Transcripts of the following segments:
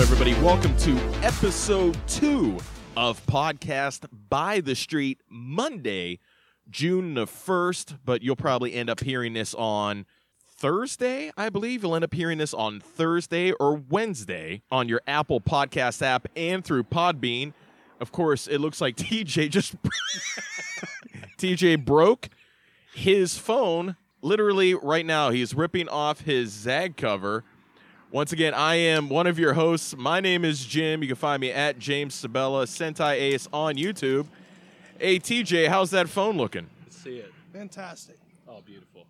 Welcome to episode two of podcast by the street Monday, June the first. But you'll probably end up hearing this on Thursday, I believe. You'll end up hearing this on Thursday or Wednesday on your Apple Podcast app and through Podbean. Of course, it looks like TJ just TJ broke his phone literally right now. He's ripping off his Zag cover. Once again, I am one of your hosts. My name is Jim. You can find me at James Sabella, Sentai Ace on YouTube. Hey, TJ, how's that phone looking? See it. Fantastic. Oh, beautiful.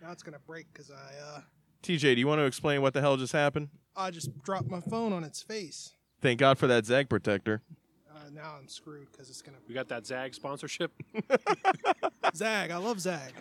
Now it's gonna break because I uh, TJ, do you want to explain what the hell just happened? I just dropped my phone on its face. Thank God for that Zag protector. Uh, now I'm screwed because it's gonna We got that Zag sponsorship. zag. I love zag.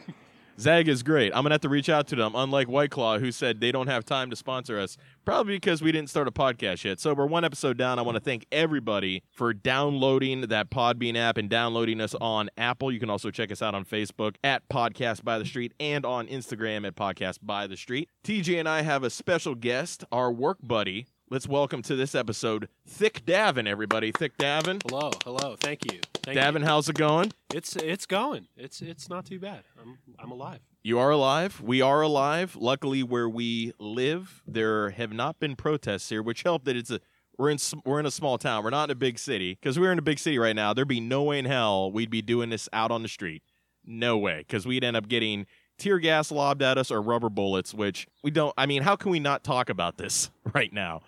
Zag is great. I'm going to have to reach out to them, unlike White Claw, who said they don't have time to sponsor us, probably because we didn't start a podcast yet. So we're one episode down. I want to thank everybody for downloading that Podbean app and downloading us on Apple. You can also check us out on Facebook at Podcast by the Street and on Instagram at Podcast by the Street. TJ and I have a special guest, our work buddy. Let's welcome to this episode Thick Davin, everybody. Thick Davin. Hello, hello. Thank you. Thank Davin, you. how's it going? It's it's going. It's it's not too bad. I'm I'm alive. You are alive. We are alive. Luckily, where we live, there have not been protests here, which helped that it's a we're in s- we're in a small town. We're not in a big city because we're in a big city right now. There'd be no way in hell we'd be doing this out on the street. No way, because we'd end up getting tear gas lobbed at us or rubber bullets, which we don't. I mean, how can we not talk about this right now?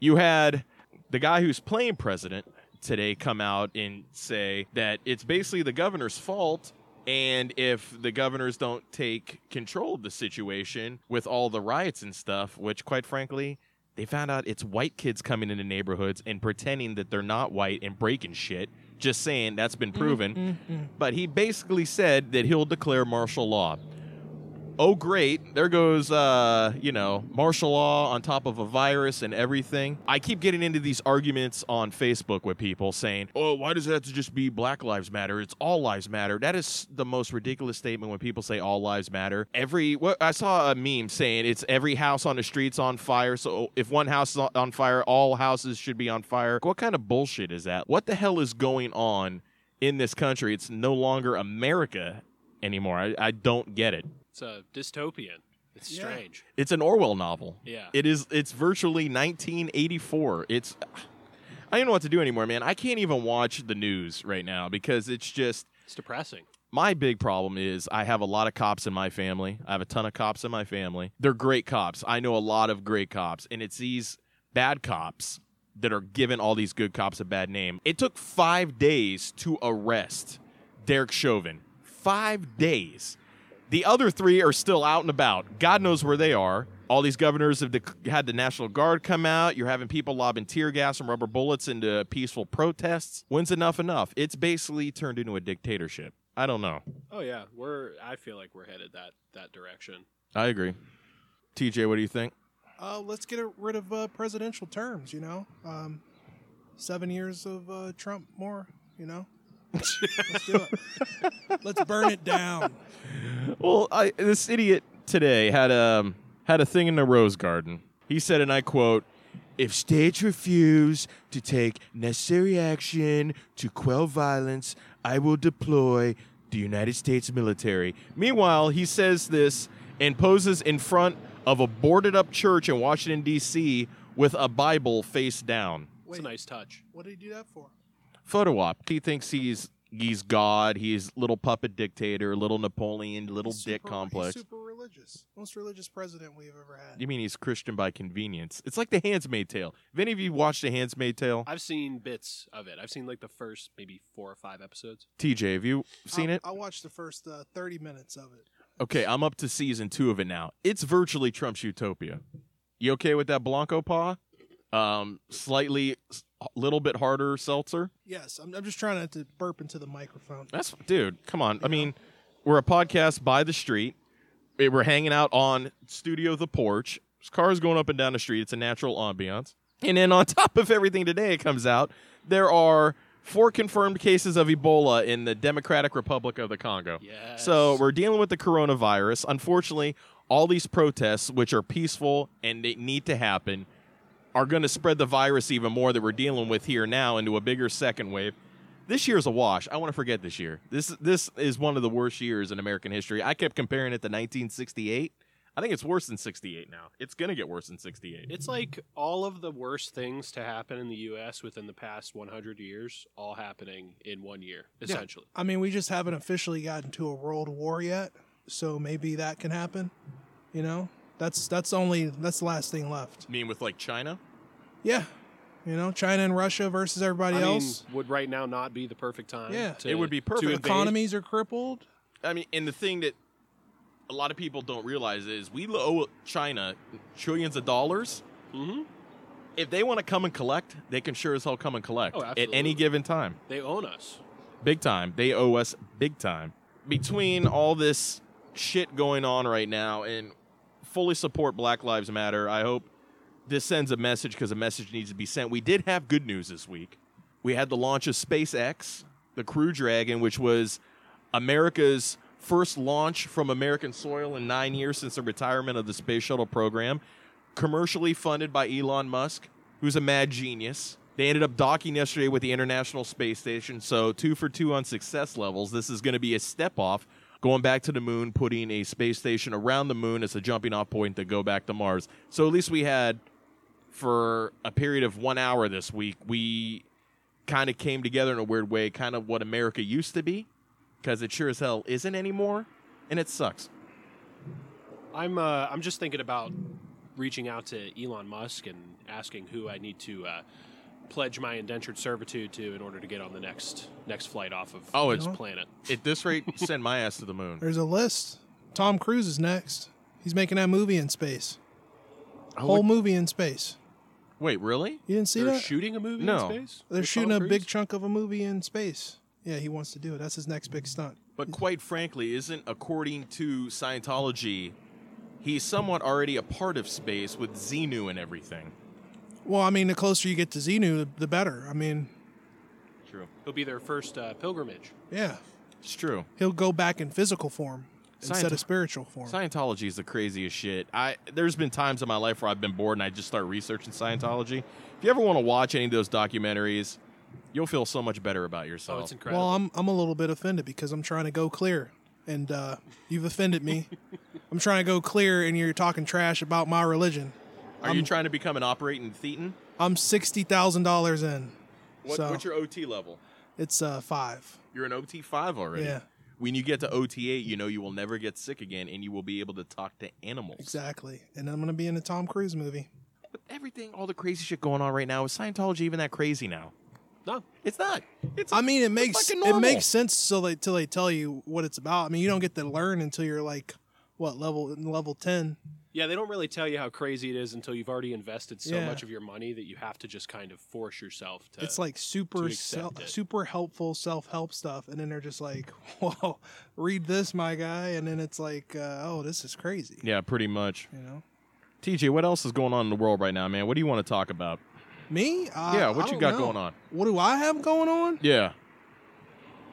You had the guy who's playing president today come out and say that it's basically the governor's fault and if the governors don't take control of the situation with all the riots and stuff, which quite frankly, they found out it's white kids coming into neighborhoods and pretending that they're not white and breaking shit. Just saying that's been proven. But he basically said that he'll declare martial law. Oh, great. There goes, uh, you know, martial law on top of a virus and everything. I keep getting into these arguments on Facebook with people saying, oh, why does it have to just be Black Lives Matter? It's all lives matter. That is the most ridiculous statement when people say all lives matter. Every, what, I saw a meme saying it's every house on the streets on fire. So if one house is on- on fire, all houses should be on fire. What kind of bullshit is that? What the hell is going on in this country? It's no longer America anymore. I, I don't get it. It's a dystopian. It's Yeah. strange. It's an Orwell novel. Yeah. It is. It's virtually 1984. It's. I don't know what to do anymore, man. I can't even watch the news right now because it's just It's depressing. my big problem is I have a lot of cops in my family. I have a ton of cops in my family. They're great cops. I know a lot of great cops, and it's these bad cops that are giving all these good cops a bad name. It took five days to arrest Derek Chauvin. Five days. The other three are still out and about. God knows where they are. All these governors have dec- had the National Guard come out. You're having people lobbing tear gas and rubber bullets into peaceful protests. When's enough enough? It's basically turned into a dictatorship. I don't know. Oh yeah, we're I feel like we're headed that that direction. I agree. TJ, what do you think? Uh, let's get rid of uh, presidential terms. You know, um, seven years of uh, Trump more. You know, let's do it. let's burn it down. Well, I, this idiot today had a had a thing in the rose garden. He said, and I quote: "If states refuse to take necessary action to quell violence, I will deploy the United States military." Meanwhile, he says this and poses in front of a boarded up church in Washington D.C. with a Bible face down. Wait, It's a nice touch. what did he do that for? photo op. He thinks he's he's God. He's little puppet dictator, little Napoleon, little He's dick super- complex. He's super religious. Most religious president we've ever had. you mean he's Christian by convenience? It's like The Handmaid's Tale. Have any of you watched The Handmaid's Tale? I've seen bits of it. I've seen like the first maybe four or five episodes. TJ, have you seen I, it? I watched the first uh, thirty minutes of it. Okay, I'm up to season two of it now. It's virtually Trump's utopia. You okay with that Blanco paw? Um, slightly, s- little bit harder seltzer. Yes, I'm, I'm just trying not to burp into the microphone. That's dude. Come on. I mean, we're a podcast by the street. We- We're hanging out on studio the porch. There's cars going up and down the street. It's a natural ambiance. And then on top of everything today, it comes out there are four confirmed cases of Ebola in the Democratic Republic of the Congo. Yes. So we're dealing with the coronavirus. Unfortunately, all these protests, which are peaceful and they need to happen, are going to spread the virus even more that we're dealing with here now into a bigger second wave. This year's a wash. I want to forget this year. This this is one of the worst years in American history. I kept comparing it to 1968. I think it's worse than 68 now. It's going to get worse than 68. It's like all of the worst things to happen in the U.S. within the past 100 years, all happening in one year, essentially. I mean, we just haven't officially gotten to a world war yet, so maybe that can happen. You know, that's that's only that's the last thing left. I mean, with like China, Yeah, you know, China and Russia versus everybody I mean, else. would right now not be the perfect time? Yeah. to- It would be to perfect. invade? Economies are crippled. I mean, and the thing that a lot of people don't realize is we owe China trillions of dollars. Mhm. If they want to come and collect, they can sure as hell come and collect Oh, at any absolutely. given time. They own us. Big time. They owe us big time. Between all this shit going on right now and fully support Black Lives Matter, I hope this sends a message because a message needs to be sent. We did have good news this week. We had the launch of SpaceX, the Crew Dragon, which was America's first launch from American soil in nine years since the retirement of the space shuttle program, commercially funded by Elon Musk, who's a mad genius. They ended up docking yesterday with the International Space Station, so two for two on success levels. This is going to be a step off going back to the moon, putting a space station around the moon as a jumping off point to go back to Mars. So at least we had for a period of one hour this week, we kind of came together in a weird way, kind of what America used to be, because it sure as hell isn't anymore, and it sucks. I'm uh, I'm just thinking about reaching out to Elon Musk and asking who I need to uh, pledge my indentured servitude to in order to get on the next next flight off of Oh, this it's- planet. At this rate, send my ass to the moon. There's a list. Tom Cruise is next. He's making that movie in space. Whole movie in space. Wait, really? You didn't see Oh, They're that? shooting a movie No. in space. They're with shooting Tom a big Cruise? chunk of a movie in space. Yeah, he wants to do it. That's his next big stunt. But quite frankly, isn't according to Scientology, he's somewhat already a part of space with Xenu and everything. Well, I mean, the closer you get to Xenu, the better. I mean, True. It'll be their first uh, pilgrimage. yeah, It's true. he'll go back in physical form instead Scienti- of spiritual form. Scientology is the craziest shit. I there's been times in my life where I've been bored and I just start researching Scientology. If you ever want to watch any of those documentaries, you'll feel so much better about Oh, yourself. it's incredible. well, I'm I'm a little bit offended because I'm trying to go clear, and uh, you've offended me. I'm trying to go clear, and you're talking trash about my religion. Are you trying to become an operating thetan? I'm sixty thousand dollars in. What, so What's your OT level? it's uh, five. You're an OT five already. Yeah. When you get to OT eight, you know you will never get sick again, and you will be able to talk to animals. Exactly, and I'm gonna be in a Tom Cruise movie. But everything, all the crazy shit going on right now, is Scientology even that crazy now? no, It's not. It's I mean, it makes fucking it normal. makes sense till they till they tell you what it's about. I mean, you don't get to learn until you're like what level level ten. Yeah, they don't really tell you how crazy it is until you've already invested so Yeah. much of your money that you have to just kind of force yourself to. It's like super to sel- accept it. super helpful self help stuff, and then they're just like, "Whoa, read this, my guy," and then it's like, uh, "Oh, this is crazy," yeah, pretty much. you know. TJ, what else is going on in the world right now, man? What do you want to talk about? Me? Uh, Yeah, I what you don't got know. going on? What do I have going on? Yeah.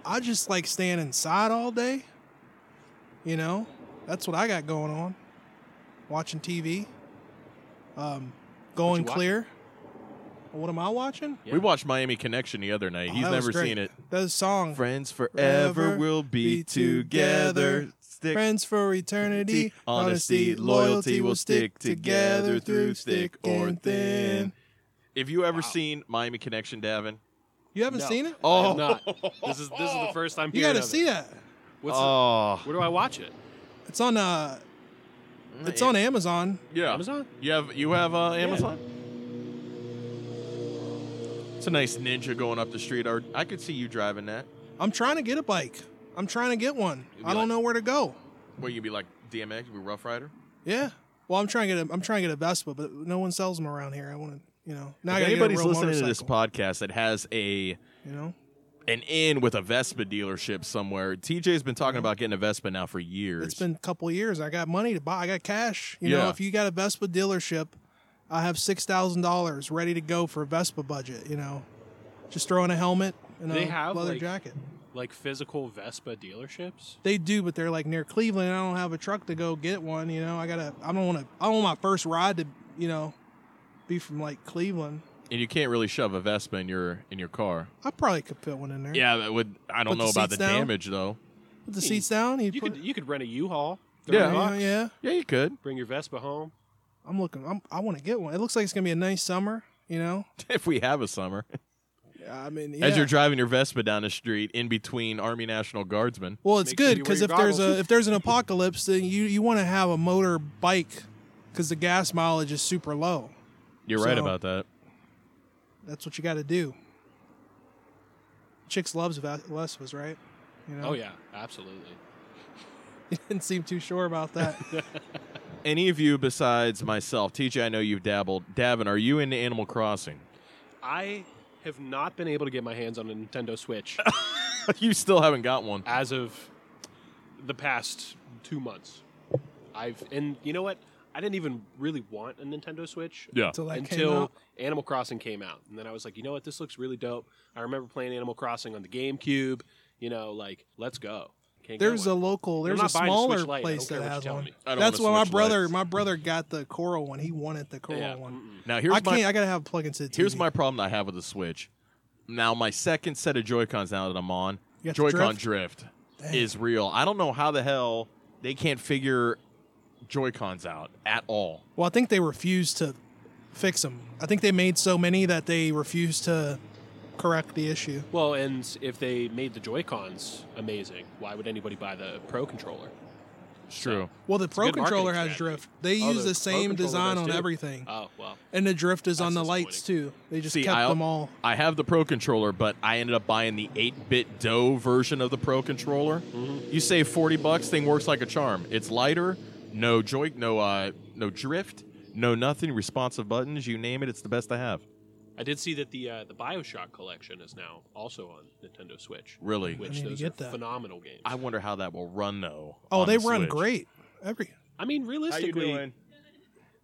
I just like staying inside all day. You know, that's what I got going on. Watching TV. Um, you going watch? clear. What am I watching? Yeah. We watched Miami Connection the other night. Oh, He's that was never great. seen it. That song. Friends Forever forever will be be together. together. Stick Friends for eternity. Honesty, loyalty will stick together through thick or thin. If you ever Wow. seen Miami Connection, Davin, You haven't No. seen it? I have Oh. not. This is this is the first time. You hearing got to of see it. that. What's the- oh, where do I watch it? It's on uh it's on Amazon. Yeah, Amazon. You have you have uh, Amazon. It's a nice ninja going up the street. Or I could see you driving that. I'm trying to get a bike. I'm trying to get one. You'll be I don't like- know where to go. What you'd be like DMX, be Rough Rider. Yeah. Well, I'm trying to get a I'm trying to get a Vespa, but no one sells them around here. I want to, you know. Now I if gotta anybody's get a real listening to this motorcycle, podcast that has a you know. an inn with a Vespa dealership somewhere, TJ's been talking about getting a Vespa now for years. Mm-hmm. It's been a couple years. I got money to buy. I got cash. You Yeah. know, if you got a Vespa dealership, I have six thousand dollars ready to go for a Vespa budget. You know, just throw in a helmet and They a have, leather like- jacket. Like physical Vespa dealerships. They do, but they're like near Cleveland. and I don't have a truck to go get one. You know, I gotta. I don't want to. I don't want my first ride to. You know, be from like Cleveland. And you can't really shove a Vespa in your in your car. I probably could fit one in there. Yeah, that would. I don't Put the know about the seats down. damage though. Put the seats down. You, You put, could you could rent a U-Haul. Yeah. yeah, $30. yeah. Yeah, you could. Bring your Vespa home. I'm looking. I'm, I want to get one. It looks like it's gonna be a nice summer. You know. If we have a summer, I mean, as yeah. you're driving your Vespa down the street in between Army National Guardsmen. Well, it's Make sure good you wear because your if there's goggles. a if there's an apocalypse, then you you want to have a motor bike because the gas mileage is super low. You're right So- about that. That's what you got to do. Chicks loves Va- Vespas, right? You know? Oh yeah, absolutely. you didn't seem too sure about that. Any of you besides myself, TJ, I know you've dabbled. Davin, are you into Animal Crossing? I have not been able to get my hands on a Nintendo Switch you still haven't got one. as of the past two months. I've and you know what? I didn't even really want a Nintendo Switch Yeah. until that came until out. Animal Crossing came out, and then I was like, you know what? This looks really dope. I remember playing Animal Crossing on the GameCube. You know, like let's go. Can't get There's a one. local. They're There's a not buying a Switch smaller Lite. I place don't care that what you has tell one. me. I don't That's want why a my Switch brother Lite. my brother got the Coral one. He wanted the Coral yeah. one. mm-mm. Now here's I can't. my I gotta have it plug into the TV. here's my problem I have with the Switch. Now my second set of Joy Cons now that I'm on, You got the Joy-Con drift, is real. I don't know how the hell they can't figure Joy Cons out at all. Well, I think they refused to fix them. I think they made so many that they refused to correct the issue. Well, and if they made the Joy Cons amazing, why would anybody buy the Pro controller? It's true. Well, the Pro good marketing Controller has strategy. drift. They Oh, use the the same Pro Controller design does on too. everything, Oh well, and the drift is on That's the lights too. They just See, kept I, them all. I have the Pro controller, but I ended up buying the 8-bit Doe version of the Pro controller. Mm-hmm. You save 40 bucks, thing works like a charm. It's lighter, no joy, no uh, no drift, no nothing, responsive buttons, you name it, it's the best I have. I did see that the uh, the Bioshock collection is now also on Nintendo Switch. Really. Which need to those get are that. phenomenal games. I wonder how that will run though. Oh, on they the run Switch. great. Every I mean, realistically,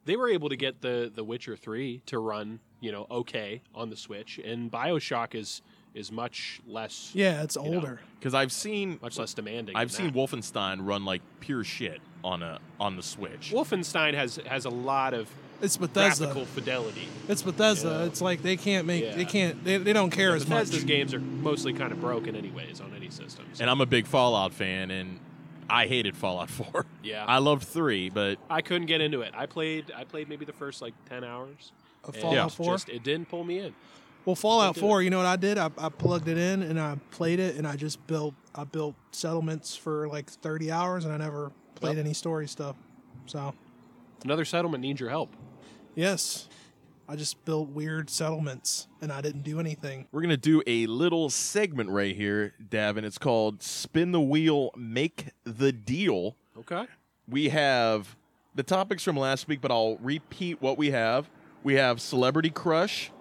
they were able to get the The Witcher Three to run, you know, okay on the Switch, and Bioshock is is much less yeah, it's know. older. Because I've seen much less demanding. I've than seen that. Wolfenstein run like pure shit on a on the Switch. Wolfenstein has has a lot of It's Bethesda. graphical fidelity. It's Bethesda. Yeah. It's like they can't make. Yeah. They can't. They, they don't care as much. Bethesda's games are mostly kind of broken, anyways, on any system. so- and I'm a big Fallout fan, and I hated Fallout Four. Yeah. I loved three, but I couldn't get into it. I played I played maybe the first like ten hours. Of and Fallout it's 4? just- it didn't pull me in. Well, Fallout They do. Four. You know what I did? I, I plugged it in and I played it and I just built. I built settlements for like thirty hours and I never played any story stuff. So Another settlement needs your help. yes, I just built weird settlements and I didn't do anything. we're gonna do a little segment right here, Davin. It's called "Spin the Wheel, Make the Deal." Okay. We have the topics from last week, but I'll repeat what we have. We have celebrity crush,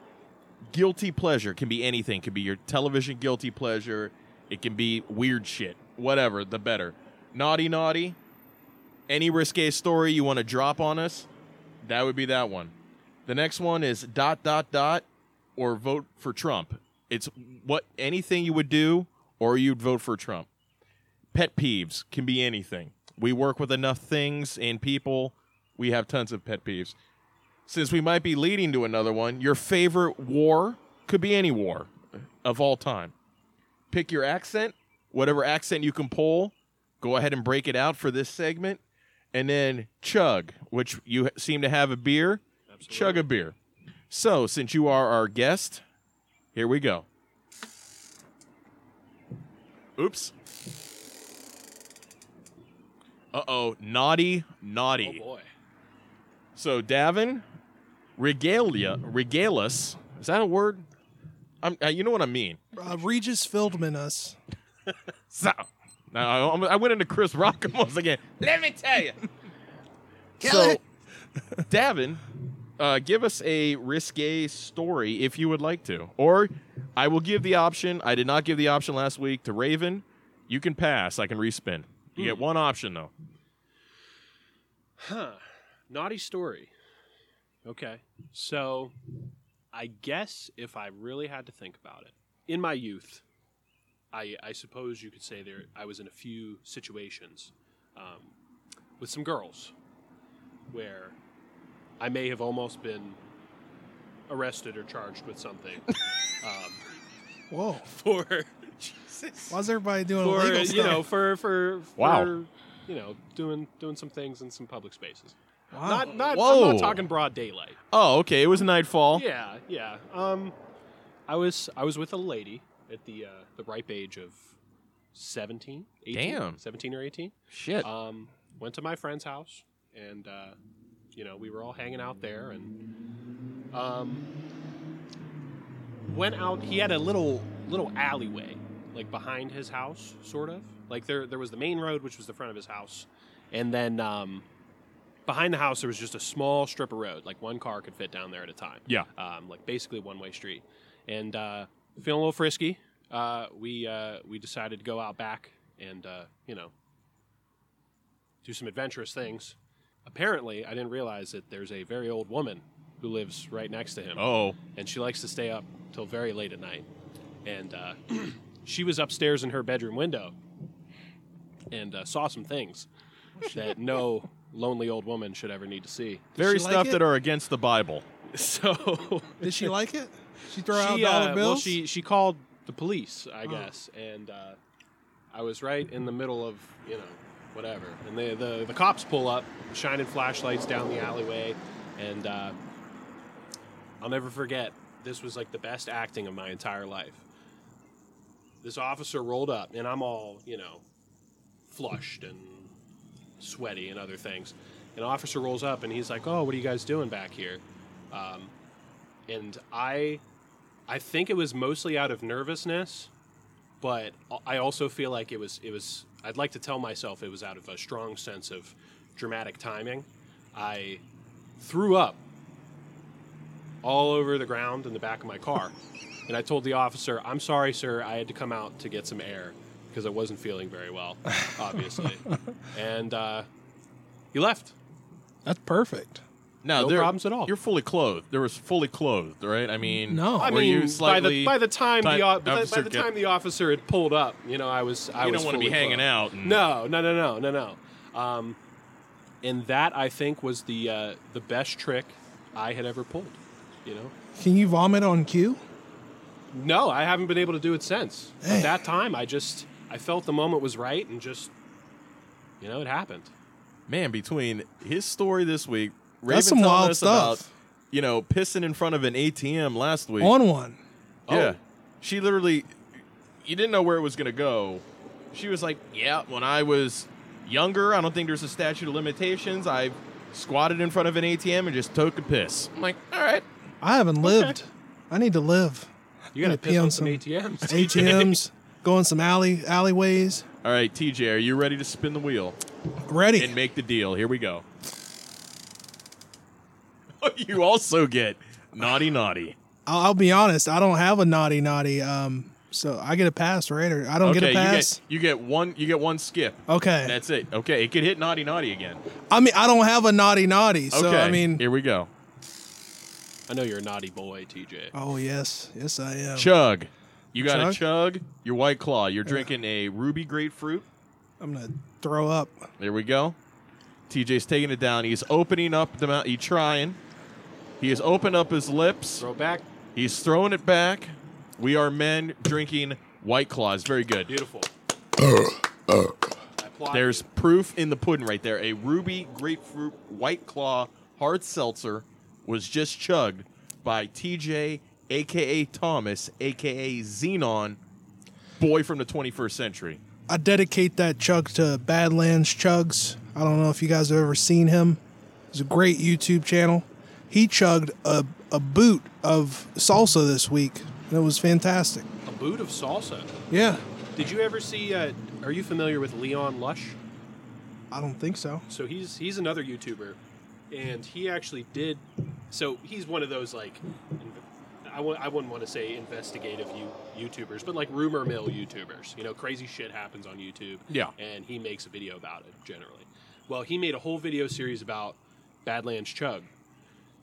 guilty pleasure can be anything. Can be your television guilty pleasure. It can be weird shit. Whatever, the better. Naughty, naughty. Any risque story you want to drop on us, that would be that one. The next one is dot dot dot, or vote for Trump. It's what anything you would do, or you'd vote for Trump pet peeves can be anything. We work with enough things and people. We have tons of pet peeves. Since we might be leading to another one, your favorite war could be any war of all time. Pick your accent, whatever accent you can pull. Go ahead and break it out for this segment. And then chug, which you ha- seem to have a beer. Chug Oh, a beer. So, since you are our guest, here we go. Oops. Uh oh, naughty, Oh naughty. boy. so, Davin, regalia, regalus. Is that a word? I'm, uh, you know what I mean. Uh, Regis Philbin us. So, now I, I went into Chris Rock almost again. Let me tell you. so, Davin, uh, give us a risque story if you would like to, or I will give the option. I did not give the option last week to Raven. You can pass. I can respin. You Hmm. get one option though. Huh. Naughty story. Okay. So I guess if I really had to think about it, in my youth, I, I suppose you could say there I was in a few situations um, with some girls where I may have almost been arrested or charged with something um, Whoa. for Why's everybody doing for illegal you stuff? know for for, for Wow. you know doing doing some things in some public spaces. Wow. Not not I'm Whoa. not talking broad daylight. Oh, okay. It was nightfall. Yeah, yeah. Um, I was I was with a lady at the uh, the ripe age of 17, 18, Damn. 17 or 18. Shit. Um, went to my friend's house, and uh, you know we were all hanging out there, and um, went out. He had a little little alleyway, like behind his house, sort of. Like there there was the main road, which was the front of his house, and then um, behind the house there was just a small strip of road, like one car could fit down there at a time yeah. um, like basically one way street. And uh, feeling a little frisky, uh, we uh, we decided to go out back and uh, you know do some adventurous things. Apparently, I didn't realize that there's a very old woman who lives right next to him, Oh. and she likes to stay up till very late at night. And uh, she was upstairs in her bedroom window and uh, saw some things that no lonely old woman should ever need to see. Very she like stuff it? that are against the Bible. So Did she like it? She throw out she, dollar uh, bills? Well, she she called the police, I Oh. guess, and uh, I was right in the middle of you know whatever, and the the, the cops pull up, shining flashlights down the alleyway, and uh, I'll never forget. This was like the best acting of my entire life. This officer rolled up, and I'm all you know flushed and sweaty and other things. An officer rolls up and he's like, "Oh, what are you guys doing back here?" Um, and I I think it was mostly out of nervousness, but I also feel like it was it was I'd like to tell myself it was out of a strong sense of dramatic timing. I threw up all over the ground in the back of my car. and I told the officer, "I'm sorry, sir. I had to come out to get some air because I wasn't feeling very well, obviously." and uh, he left. That's perfect. Now, No there- problems at all. You're fully clothed. There was fully clothed, right? I mean, No. Were I you slightly? by the by the time ti- the o- by, the- by officer the get- time the officer had pulled up, you know, I was I you was don't want to be fully hanging out. clothed. And, No, no, no, no, no, no. Um, and that I think was the uh, the best trick I had ever pulled. You know, Can you vomit on cue? no, I haven't been able to do it since. At Dang. that time, I just I felt the moment was right and just you know it happened. Man, between his story this week, Raven some telling wild us about, stuff. you know, pissing in front of an ATM last week. On one. Yeah. Oh. She literally, you didn't know where it was going to go. She was like, Yeah, when I was younger, I don't think there's a statute of limitations. I squatted in front of an ATM and just took a piss. I'm like, All right. I haven't lived. I need to live. You gotta Yeah, piss pee on on some some ATMs. ATMs, going some alley alleyways. All right, TJ, are you ready to spin the wheel Ready. and make the deal? Here we go. you also get naughty, naughty. I'll, I'll be honest. I don't have a naughty naughty. Um, so I get a pass, right? Or I don't okay, get a pass. you get you get one you get one skip. okay. That's it. Okay, it could hit naughty, naughty again. I mean, I don't have a naughty naughty. So okay, I mean, here we go. I know you're a naughty boy, TJ. oh yes, yes I am. Chug. You got to chug your white claw. You're drinking a ruby grapefruit. I'm gonna throw up. There we go. TJ's taking it down. He's opening up the mouth. He's trying. He has opened up his lips. Throw back, He's throwing it back. We are men drinking white claws. Very good. beautiful. I applaud There's proof in the pudding right there. A ruby grapefruit white claw hard seltzer was just chugged by TJ, aka Thomas, aka Xenon, boy from the 21st century. I dedicate that chug to Badlands Chugs. I don't know if you guys have ever seen him. He's a great YouTube channel. He chugged a, a boot of salsa this week, and it was fantastic. you. a boot of salsa. Yeah, Did you ever see? Uh, are you familiar with Leon Lush? I don't think so. So he's he's another YouTuber, and he actually did. So he's one of those like, inv- I w- I wouldn't want to say investigative you, YouTubers, but like rumor mill YouTubers. You know, crazy shit happens on YouTube. Yeah. and he makes a video about it generally. Well, he made a whole video series about Badlands Chug,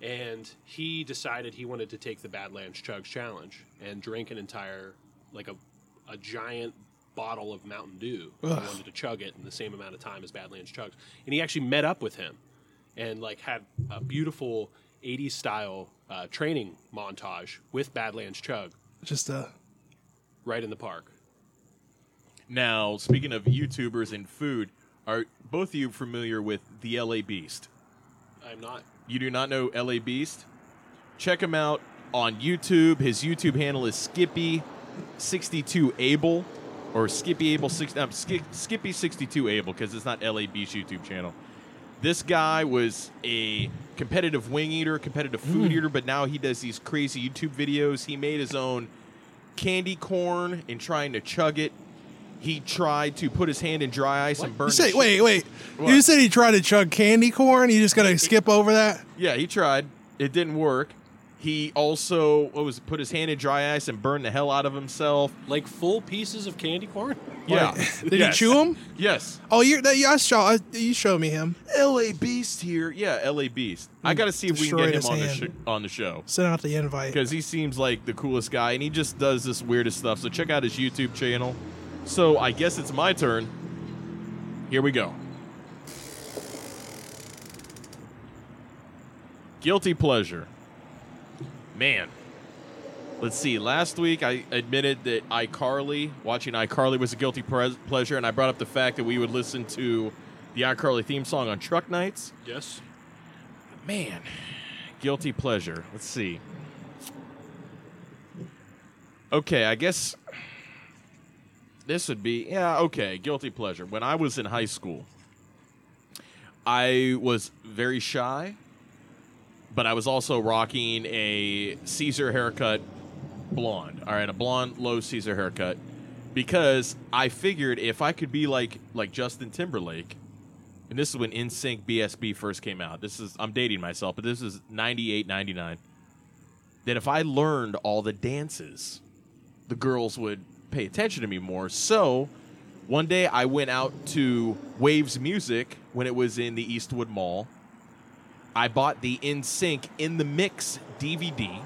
and he decided he wanted to take the Badlands Chugs challenge and drink an entire like a a giant bottle of Mountain Dew. He Ugh. wanted to chug it in the same amount of time as Badlands Chugs, and he actually met up with him and like had a beautiful 80s style uh, training montage with Badlands Chug Just uh, right in the park. Now, speaking of YouTubers and food, are both of you familiar with the LA Beast? I'm not. You do not know LA Beast? Check him out on YouTube. His YouTube handle is Skippy62Able or Skippy Able six um, Skip, Skippy 62 Able because it's not LA Beast YouTube channel. This guy was a competitive wing eater, competitive Hmm. food eater, but now he does these crazy YouTube videos. He made his own candy corn and trying to chug it. He tried to put his hand in dry ice and burn. you the say shit- wait, wait. You What? said he tried to chug candy corn. You just gotta skip over that. Yeah, he tried. It didn't work. He also what was it, put his hand in dry ice and burned the hell out of himself. Like full pieces of candy corn? Yeah. Did he chew him? Yes. Oh, you that you I saw I, you show me him. LA Beast here. Yeah, LA Beast. I got to see if we can Destroyed get him his on the, hand. sh- on the show Send out the invite. because he seems like the coolest guy and he just does this weirdest stuff. So check out his YouTube channel. So I guess it's my turn. Here we go. Guilty pleasure. Man. Let's see. Last week I admitted that iCarly, watching iCarly was a guilty pre- pleasure, and I brought up the fact that we would listen to the iCarly theme song on truck nights. Yes. Man, guilty pleasure. Let's see. Okay, I guess this would be yeah, okay, guilty pleasure. When I was in high school, I was very shy, but I was also rocking a Caesar haircut blonde. All right, a blonde low Caesar haircut because I figured if I could be like like Justin Timberlake, and this is when NSYNC BSB first came out. This is I'm dating myself, but this is 98 99. That if I learned all the dances, the girls would pay attention to me more. So, one day I went out to Waves Music when it was in the Eastwood Mall. I bought the NSYNC in the mix DVD.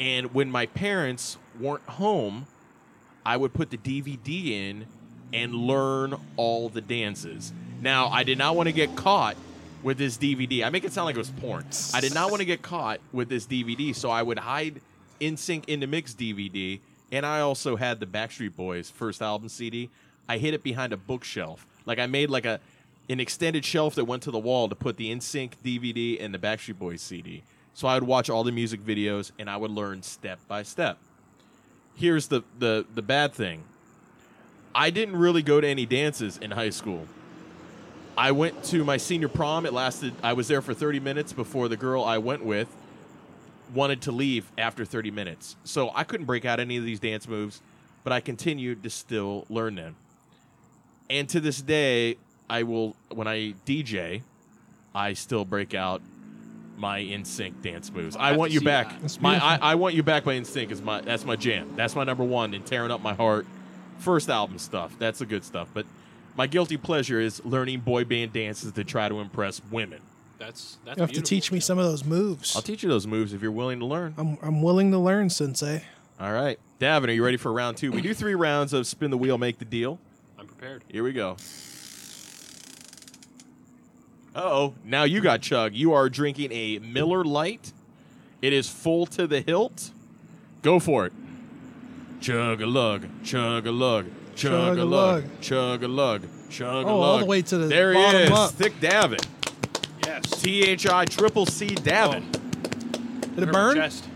And when my parents weren't home, I would put the DVD in and learn all the dances. Now, I did not want to get caught with this DVD. I make it sound like it was porn. I did not want to get caught with this DVD, so I would hide NSYNC in the mix DVD, and I also had the Backstreet Boys first album CD. I hid it behind a bookshelf. Like I made like a an extended shelf that went to the wall to put the NSYNC DVD and the Backstreet Boys CD. So I would watch all the music videos and I would learn step by step here's the the the bad thing. I didn't really go to any dances in high school. I went to my senior prom. It lasted. I was there for 30 minutes before the girl I went with wanted to leave after 30 minutes. So I couldn't break out any of these dance moves, but I continued to still learn them. And to this day, I will when I DJ, I still break out my NSYNC dance moves. have I to want you see back. that. That's My beautiful. I, I want you back by NSYNC is my that's my jam. That's my number one and tearing up my heart. First album stuff. That's the good stuff. But my guilty pleasure is learning boy band dances to try to impress women. That's that's you have to beautiful, teach me yeah. some of those moves. I'll teach you those moves if you're willing to learn. I'm I'm willing to learn, Sensei. All right. Davin, are you ready for round two? We do three rounds of spin the wheel, make the deal. I'm prepared. Here we go. Uh oh. Now you got Chug. You are drinking a Miller Light. It is full to the hilt. Go for it. Chug a lug, chug a lug, chug a lug, chug a lug, chug a lug. Oh, all the way to the There bottom he is. up. Thick Davin. Yes. T H I triple C Davin. Oh. Did it Remember burn? chest.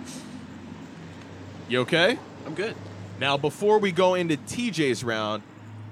You okay? I'm good. Now, before we go into TJ's round,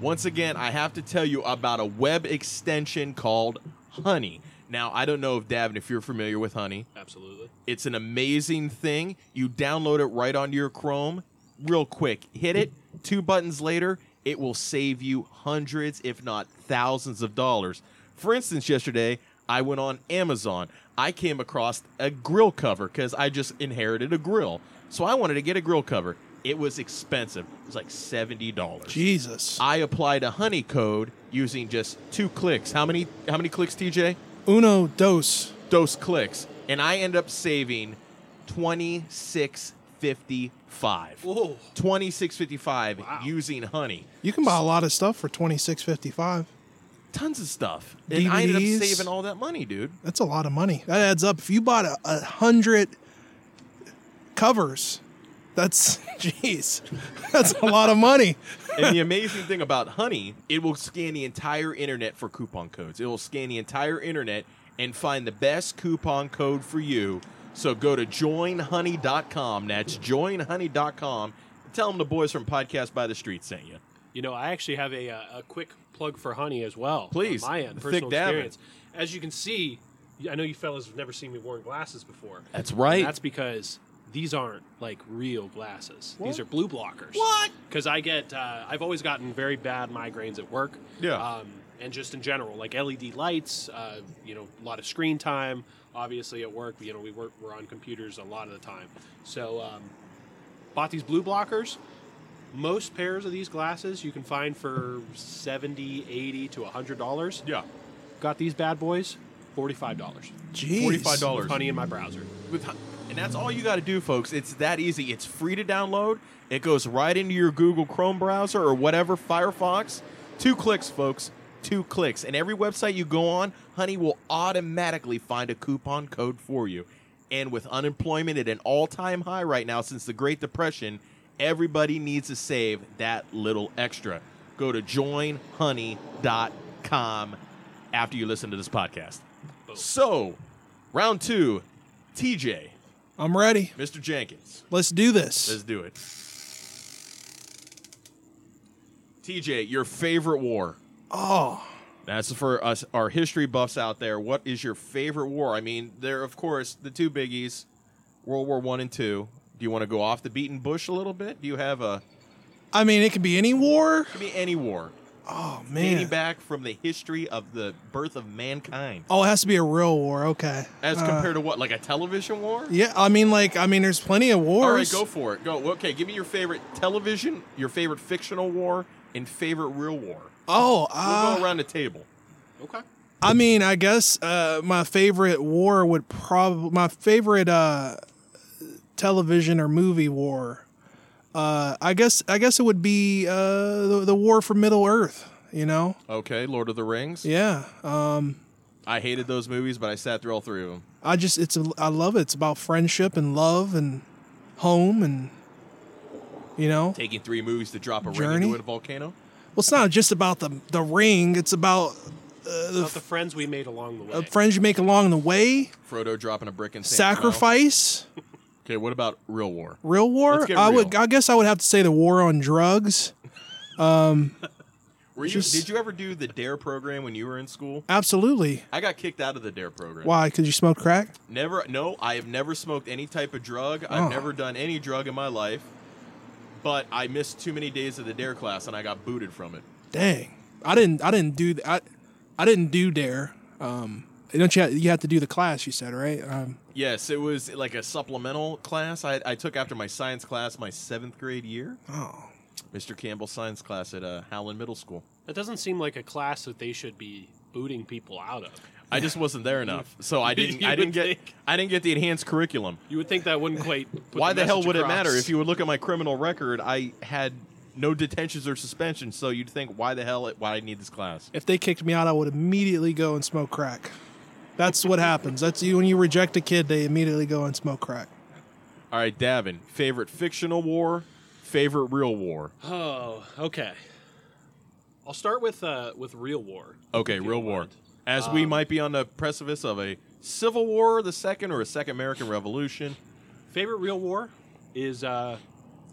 once again, I have to tell you about a web extension called Honey. Now, I don't know if Davin, if you're familiar with Honey, Absolutely. it's an amazing thing. You download it right onto your Chrome real quick. Hit it, two buttons later, it will save you hundreds, if not thousands of dollars. For instance, yesterday, I went on Amazon. I came across a grill cover because I just inherited a grill. So I wanted to get a grill cover. It was expensive, it was like $70. Jesus. I applied a honey code using just two clicks. How many how many clicks, TJ? Uno dos. those clicks, and I end up saving twenty six fifty five. Whoa. Twenty six fifty five Wow. using honey, You can buy a lot of stuff for twenty six fifty five. tons of stuff, and I ended up DVDs? saving all that money, dude. That's a lot of money. That adds up. If you bought a, a hundred covers. That's jeez. That's a lot of money. and the amazing thing about Honey, it will scan the entire internet for coupon codes. It will scan the entire internet and find the best coupon code for you. So go to joinhoney.com. That's joinhoney.com. Tell them the boys from Podcast by the Street sent you. You know, I actually have a, uh, a quick plug for Honey as well. on Please, my end, Thick personal Davin. experience. As you can see, I know you fellas have never seen me wearing glasses before. That's right. That's because these aren't like real glasses. These What? are blue blockers. What? Because I get, uh, I've always gotten very bad migraines at work. Yeah. Um, and just in general, like LED lights, uh, you know, a lot of screen time. Obviously, at work, you know, we work, we're on computers a lot of the time. So, um, bought these blue blockers. Most pairs of these glasses you can find for 70 80 to $100. yeah. Got these bad boys, $45. Jeez. $45. Honey in my browser. with Hun- and that's all you got to do folks it's that easy it's free to download it goes right into your google chrome browser or whatever firefox two clicks folks two clicks and every website you go on honey will automatically find a coupon code for you and with unemployment at an all-time high right now since the great depression everybody needs to save that little extra go to joinhoney.com after you listen to this podcast so round two TJ, I'm ready. Mr. Jenkins, Let's do this. let's do it. TJ, your favorite war. oh, That's for us, our history buffs out there. What is your favorite war? I mean, there, of course, the two biggies, World War One and Two. Do you want to go off the beaten bush a little bit? Do you have a? I mean, it could be any war. Give me any war, Oh dating man. back from the history of the birth of mankind, Oh, it has to be a real war. Okay. as Uh, compared to what, like a television war? yeah, I mean, like, I mean, there's plenty of All right, wars. go for it. Go. Okay, give me your favorite television, your favorite fictional war, and favorite real war. oh, We'll uh, go around the table. Okay. I mean, I guess uh, my favorite war would probably my favorite uh, television or movie war. Uh, I guess I guess it would be uh, the, the war for Middle Earth. You know, Okay, Lord of the Rings. yeah. Um, I hated those movies, but I sat through all three of them. I just it's a, I love it. It's about friendship and love and home and you know. Taking three movies to drop a ring Journey? into a volcano. Well, it's not just about the the ring. It's about about the friends we made along the way. uh, friends you make along the way, Frodo dropping a brick and sacrifice, Okay, what about real war? real war. Let's get I would real. I guess I would have to say the war on drugs. Were you? Just- did you ever do the Dare program when you were in school? Absolutely. I got kicked out of the Dare program. Why? Because you smoke crack? Never. No, I have never smoked any type of drug. Oh. I've never done any drug in my life. But I missed too many days of the Dare class, and I got booted from it. Dang. I didn't. I didn't do. th- I, I didn't do dare. Um, don't you? Have, you have to do the class. You said right. Um, Yes, it was like a supplemental class I, I took after my science class my seventh grade year. oh, Mr. Campbell's science class at uh, Howland Middle School. That doesn't seem like a class that they should be booting people out of. I just wasn't there enough, so I didn't. You I didn't would get. think. I didn't get the enhanced curriculum. You would think that wouldn't quite. put Why the, hell message would it across. matter? If you would look at my criminal record, I had no detentions or suspensions. So you'd think, why the hell? Why I need this class? if they kicked me out, I would immediately go and smoke crack. That's what happens. That's you when you reject a kid, they immediately go and smoke crack. All right, Davin. Favorite fictional war. Favorite real war. Oh, okay. I'll start with uh, with real war. Okay, if you real don't war. mind. As we Um, might be on the precipice of a civil war, the second or a second American Revolution. Favorite real war is. Uh,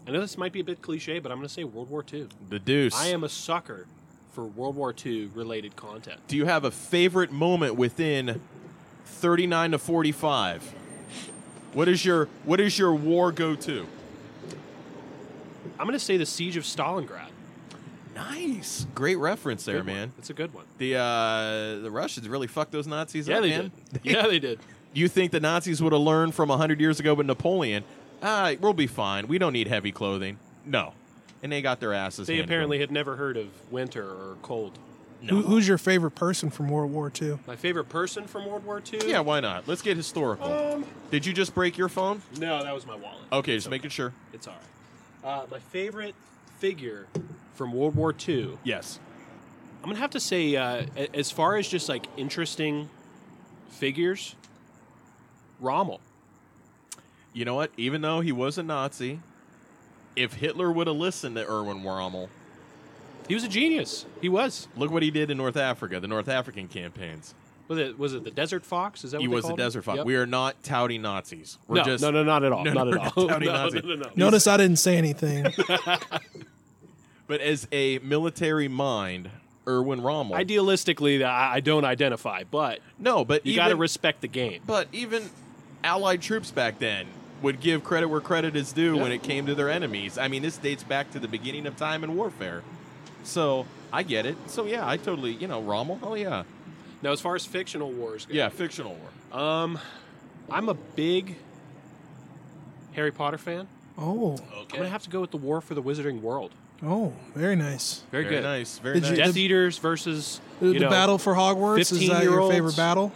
I know this might be a bit cliche, but I'm going to say World War II. The deuce. I am a sucker for World War II related content. Do you have a favorite moment within 39 to 45? What is your what is your war go to? I'm going to say the Siege of Stalingrad. Nice. Great reference there, Good one. man. It's a good one. The uh, the Russians really fucked those Nazis Yeah, up, they man. did. Yeah, they did. You think the Nazis would have learned from 100 years ago with Napoleon? Ah, we'll be fine. We don't need heavy clothing. No. And they got their asses They handed to apparently had never heard of winter or cold. Who, who's your favorite person from World War II? My favorite person from World War II? them. Yeah, why not? Let's get historical. Um, did you just break your phone? No, that was my wallet. Okay, just making sure. It's all right. Uh, my favorite figure from World War II. Yes. I'm gonna have to say, uh, a- as far as just like interesting figures, Rommel. you know what? Even though he was a Nazi, if Hitler would have listened to Erwin Rommel, He was a genius. He was. look what he did in North Africa, the North African campaigns. Was it was it the Desert Fox? Is that what He they was the called him? desert fox. Yep. We are not touting Nazis. We're no, just no, no, not at all. No, not no, at we're all. not touting no, Nazi. no, no, no. Notice I didn't say anything. But as a military mind, Erwin Rommel. Idealistically, I, I don't identify, but No, but you even, got to respect the game. But even Allied troops back then would give credit where credit is due Yeah. when it came to their enemies. I mean, this dates back to the beginning of time and warfare. So I get it. So yeah, I totally, you know, Rommel. Oh yeah, Now, as far as fictional wars go, yeah, fictional war. um, I'm a big Harry Potter fan. Oh, I'm gonna have to go with the War for the Wizarding World. oh, very nice. Very, Very good. nice. Very Did you- nice. Death The- Eaters versus The, you the know, battle for Hogwarts is that your 15-year-olds. favorite battle?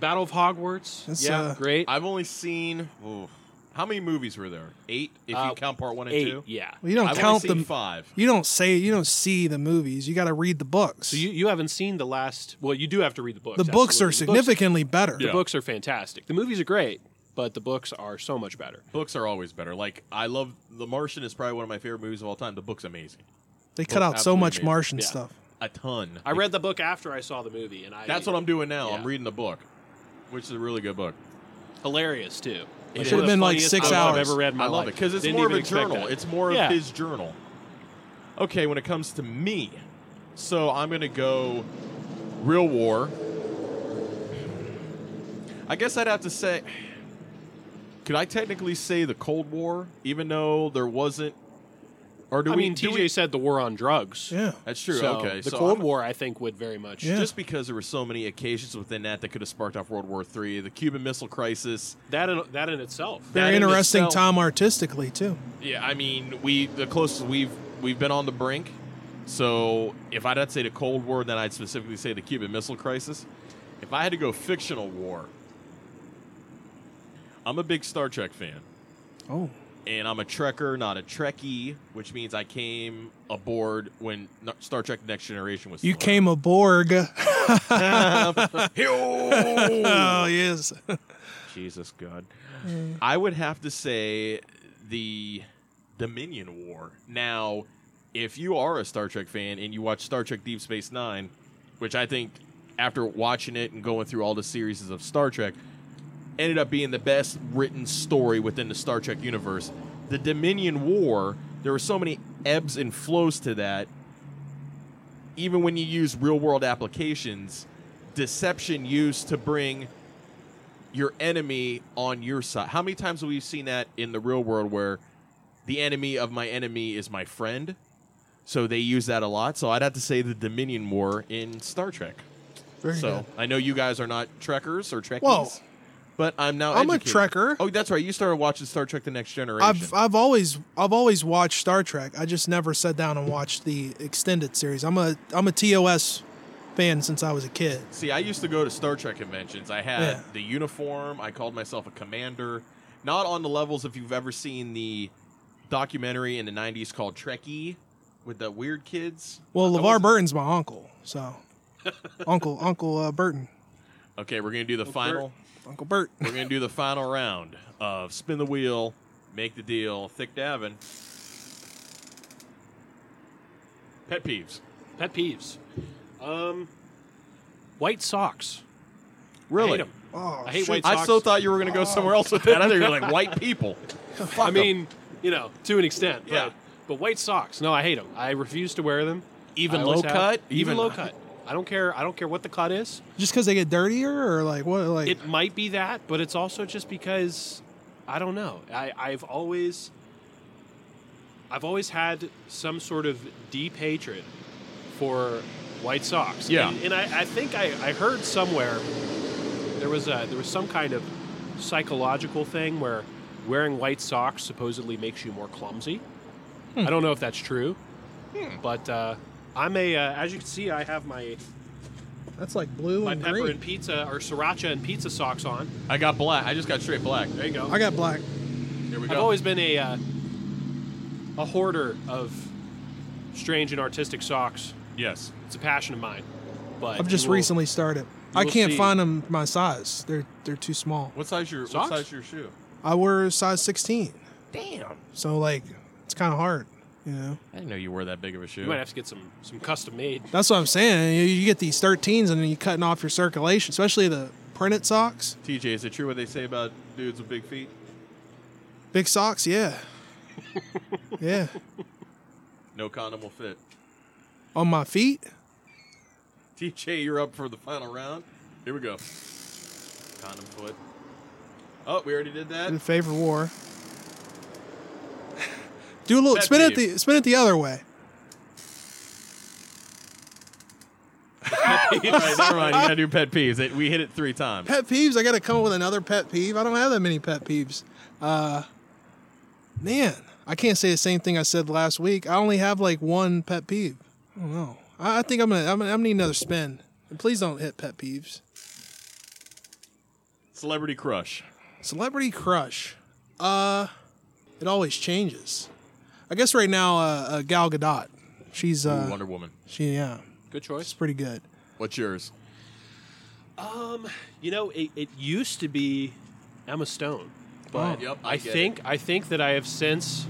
Battle of Hogwarts. That's, yeah, uh, great. I've only seen. oof, how many movies were there? Eight, if Uh, you count part one and Eight. two. Yeah. Well, you don't I've count only seen them. five. You don't say. You don't see the movies. You got to read the books. So you, you haven't seen the last. Well, you do have to read the books. the books are absolutely. The books- significantly better. The books are fantastic. The movies are great, but the books are so much better. Books are always better. Like I love The Martian is probably one of my favorite movies of all time. The book's amazing. They cut out so absolutely much amazing. Martian Yeah. stuff. A ton. I read the book after I saw the movie, and I That's what I'm doing now. Yeah. I'm reading the book, which is a really good book. hilarious too. It One of should've the been, like, funniest six books I've hours. ever read in my I love life. it because it's Didn't more of even a expect journal. that. It's more Yeah. of his journal. Okay, when it comes to me, so I'm gonna go real war. I guess I'd have to say, could I technically say the Cold War, even though there wasn't, or do I we? mean, do TJ we- said the war on drugs. Yeah. that's true. So okay, the so Cold I'm- War, I think, would very much. Yeah. Just because there were so many occasions within that that could have sparked off World War III, the Cuban Missile Crisis, That in, that in itself. That Very in interesting itself- time artistically too. Yeah, I mean, we the closest we've we've been on the brink. So if I'd had to say the Cold War, then I'd specifically say the Cuban Missile Crisis. If I had to go fictional war, I'm a big Star Trek fan, Oh, and I'm a Trekker, not a Trekkie, which means I came aboard when N- Star Trek Next Generation was. you still came a Borg. out. Yo! oh yes. Jesus God. I would have to say the Dominion War. Now, if you are a Star Trek fan and you watch Star Trek Deep Space Nine, which I think after watching it and going through all the series of Star Trek, ended up being the best written story within the Star Trek universe. The Dominion War, there were so many ebbs and flows to that. Even when you use real world applications, deception used to bring your enemy on your side. How many times have we seen that in the real world where the enemy of my enemy is my friend? So they use that a lot. So I'd have to say the Dominion War in Star Trek. Very so good. I know you guys are not Trekkers or Trekkies. Whoa. But I'm now. I'm a educated. Trekker. Oh, that's right. You started watching Star Trek: The Next Generation. I've I've always I've always watched Star Trek. I just never sat down and watched the extended series. I'm a I'm a TOS fan since I was a kid. See, I used to go to Star Trek conventions. I had Yeah. the uniform. I called myself a commander. Not on the levels if you've ever seen the documentary in the '90s called Trekkie with the weird kids. Well, I LeVar wasn't- Burton's my uncle, so uncle Uncle uh, Burton, Okay, we're gonna do the final. Uncle Bert. We're gonna do the final round of spin the wheel, make the deal, thick Davin. Pet peeves. Pet peeves. Um, white socks. I hate Really? 'em. Oh, I hate shoot. white I socks. still thought you were gonna go somewhere else with that. I thought you were like white people. I mean, you know, to an extent. Yeah. But, but white socks. No, I hate them. I refuse to wear them. Even I always low have- cut? Even Even- low cut. I don't care. I don't care what the cut is. Just because they get dirtier, or like what? Like It might be that, but it's also just because I don't know. I, I've always I've always had some sort of deep hatred for White Sox. Yeah. And, and I, I think I, I heard somewhere there was a there was some kind of psychological thing where wearing white socks supposedly makes you more clumsy. I don't know if that's true. But uh, I'm a uh, as you can see I have my that's like blue my and pepper green. and pizza or sriracha and pizza socks on. I got black. I just got straight black. There you go. I got black. Here we I've go. always been a uh, a hoarder of strange and artistic socks. yes. It's a passion of mine. But I've just you will- recently started. I will can't see- find them my size. They're they're too small. What size your Socks? what size your shoe? I wear a size 16. Damn. So like it's kind of hard, you know. I didn't know you wore that big of a shoe. You might have to get some some custom made. That's what I'm saying. You, you get these 13s and then you're cutting off your circulation, especially the printed socks. TJ, is it true what they say about dudes with big feet? Big socks, yeah. yeah. No condom will fit. On my feet? TJ, you're up for the final round. Here we go. Condom foot. Oh, we already did that. In favor of war. Do a little Pet spin it peeve. the spin it the other way. All right, never mind. You gotta do pet peeves. It- We hit it three times. Pet peeves, I gotta come up with another pet peeve. I don't have that many pet peeves. Uh man, I can't say the same thing I said last week. I only have like one pet peeve. I don't know. I, I think I'm gonna I'm, gonna- I'm gonna need another spin. And please don't hit pet peeves. Celebrity crush. Celebrity crush. Uh, it always changes. I guess right now, uh, uh Gal Gadot. She's Ooh, uh, Wonder Woman. she yeah, Good it's choice. pretty good. What's yours? You know, it, it used to be Emma Stone, but Oh. Yep, I I, get think I think that I have since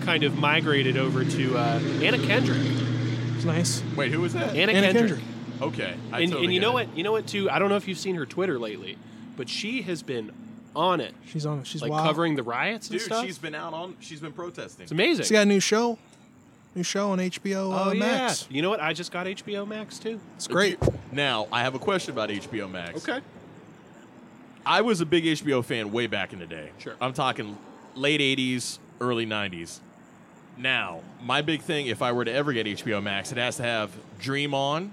kind of migrated over to uh, Anna Kendrick. It's nice. Wait, who was that? Anna, Anna Kendrick. Kendrick. Okay. I and, totally and you get know it. what? You know what? Too. I don't know if you've seen her Twitter lately, but she has been on it, She's on. She's like wild. covering the riots and Dude, stuff. she's been out on. She's been protesting. it's amazing. She got a new show. New show on HBO oh uh, yeah. Max. You know what? I just got HBO Max too. It's great. Now I have a question about HBO Max. I was a big HBO fan way back in the day. Sure. I'm talking late 80s, early 90s. Now, my big thing, if I were to ever get HBO Max, it has to have Dream On,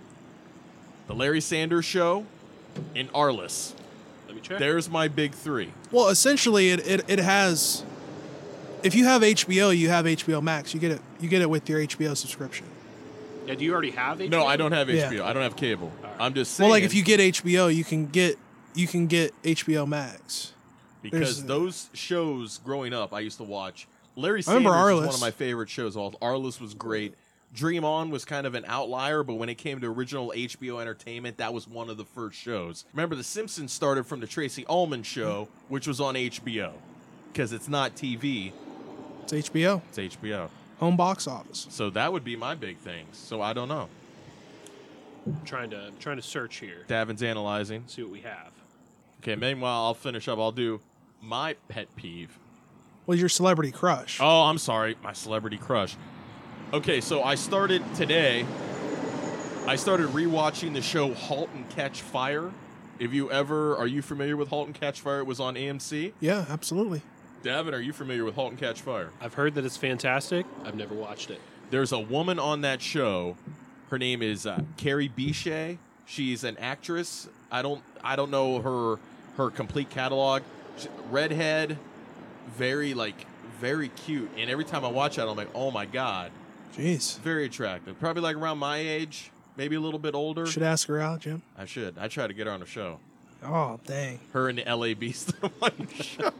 The Larry Sanders Show, and Arliss. Let me check. There's my big three. Well, essentially, it, it it has. If you have HBO, you have HBO Max. You get it. You get it with your HBO subscription. Yeah, do you already have HBO? No, I don't have Yeah. HBO. I don't have cable. I'm just saying. Well, like if you get HBO, you can get you can get HBO Max. because there's- those shows growing up, I used to watch. Larry I Sanders remember was one Arliss. of my favorite shows. All Arliss was great. Dream On was kind of an outlier, but when it came to original HBO entertainment, that was one of the first shows. Remember, The Simpsons started from the Tracy Ullman show, which was on HBO, because it's not TV, It's HBO it's HBO. home box office. So that would be my big thing. So I don't know. I'm trying to I'm trying to search here. Davin's analyzing. See what we have. Okay, meanwhile, I'll finish up. I'll do my pet peeve. Was your celebrity crush? Oh, I'm sorry, my celebrity crush. Okay, so I started today. I started rewatching the show *Halt and Catch Fire*. If you ever are you familiar with *Halt and Catch Fire*? It was on AMC. Yeah, absolutely. Davin, are you familiar with *Halt and Catch Fire*? I've heard that it's fantastic. I've never watched it. There's a woman on that show. Her name is uh, Carrie Biché. She's an actress. I don't I don't know her her complete catalog. She- redhead, very like very cute. And every time I watch that, I'm like, oh my god. Jeez. Very attractive. Probably like around my age, maybe a little bit older. Should ask her out, Jim. I should. I try to get her on a show. Oh, dang. Her and the LA Beast on one show.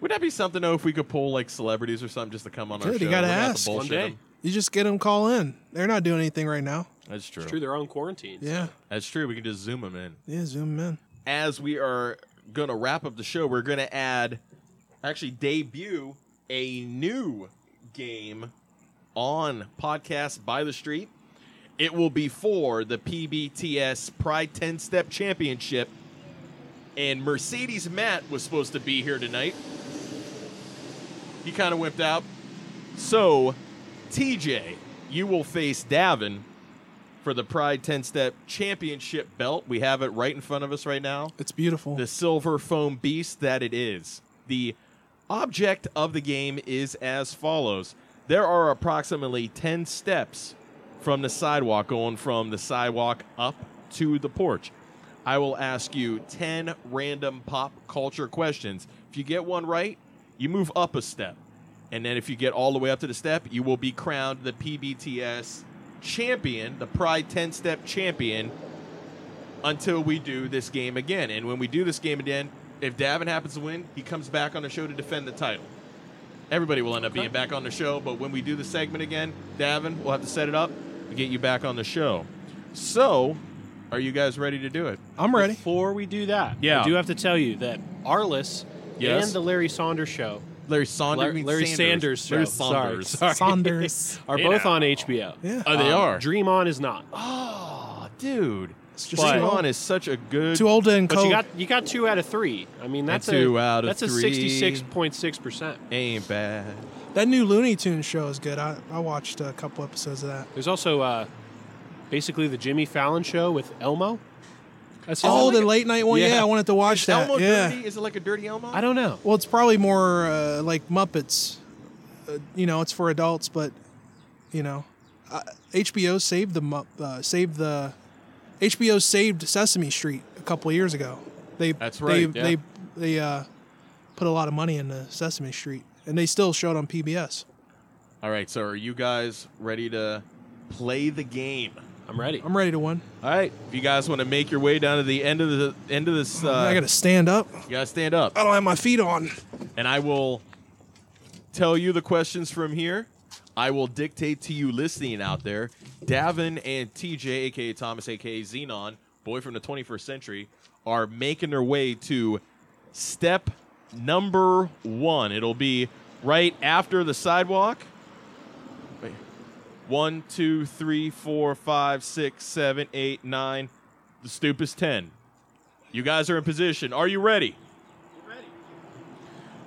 Would that be something though if we could pull like celebrities or something just to come on our Dude, show? you gotta We're gonna have to ask. bullshit One day. them. You just get them call in. They're not doing anything right now. That's true. It's true, they're on quarantine. so- Yeah. That's true. We can just zoom them in. Yeah, zoom in. As we are gonna wrap up the show, we're gonna add, actually debut a new game on podcast by the street. It will be for the PBTS Pride 10 Step Championship. And Mercedes Matt was supposed to be here tonight. He kind of wimped out. So, TJ, you will face Davin for the Pride 10 Step Championship belt. We have it right in front of us right now It's beautiful. the silver foam beast that it is. The object of the game is as follows there are approximately 10 steps from the sidewalk, going from the sidewalk up to the porch. I will ask you 10 random pop culture questions. If you get one right, you move up a step. And then if you get all the way up to the step, you will be crowned the PBTS champion, the Pride 10 step champion until we do this game again. And when we do this game again, if Davin happens to win, he comes back on the show to defend the title. Everybody will end up being back on the show, but when we do the segment again, Davin, we'll have to set it up to get you back on the show. So, are you guys ready to do it? I'm ready. Before we do that, Yeah. I do have to tell you that Arliss Yes. and the Larry Saunders Show. Larry Saunders. Lar- you mean Larry Sanders. Sanders Larry show. Sorry, Saunders. sorry. Saunders. Are You both know. on HBO. Yeah. Oh, they Um, are. Dream On is not. Oh, dude. It's just Dream too old. On is such a good. Too old to But you encode. got you got two out of three. I mean that's two a out of that's three. a sixty six point six percent. Ain't bad. that new Looney Tunes show is good. I, I watched a couple episodes of that. There's also uh, basically the Jimmy Fallon show with Elmo. That's the Oh, only- the late night one. Yeah, Yeah. I wanted to watch Is that. Elmo yeah. dirty? Is it like a dirty Elmo? I don't know. Well, it's probably more uh, like Muppets. Uh, you know, it's for adults, but you know, uh, HBO saved the Mupp- uh, saved the HBO saved Sesame Street a couple years ago. They That's right, They yeah. they, they uh, put a lot of money into Sesame Street, and they still showed on PBS. All right, so are you guys ready to play the game? I'm ready. I'm ready to win. All right, if you guys want to make your way down to the end of the end of this, uh, I gotta stand up. you gotta stand up, I don't have my feet on. and I will tell you the questions from here. I will dictate to you listening out there. Davin and TJ, aka Thomas, aka Xenon, boy from the 21st century, are making their way to step number one. It'll be right after the sidewalk. Wait. One, two, three, four, five, six, seven, eight, nine. The stoop is ten. You guys are in position. Are you ready?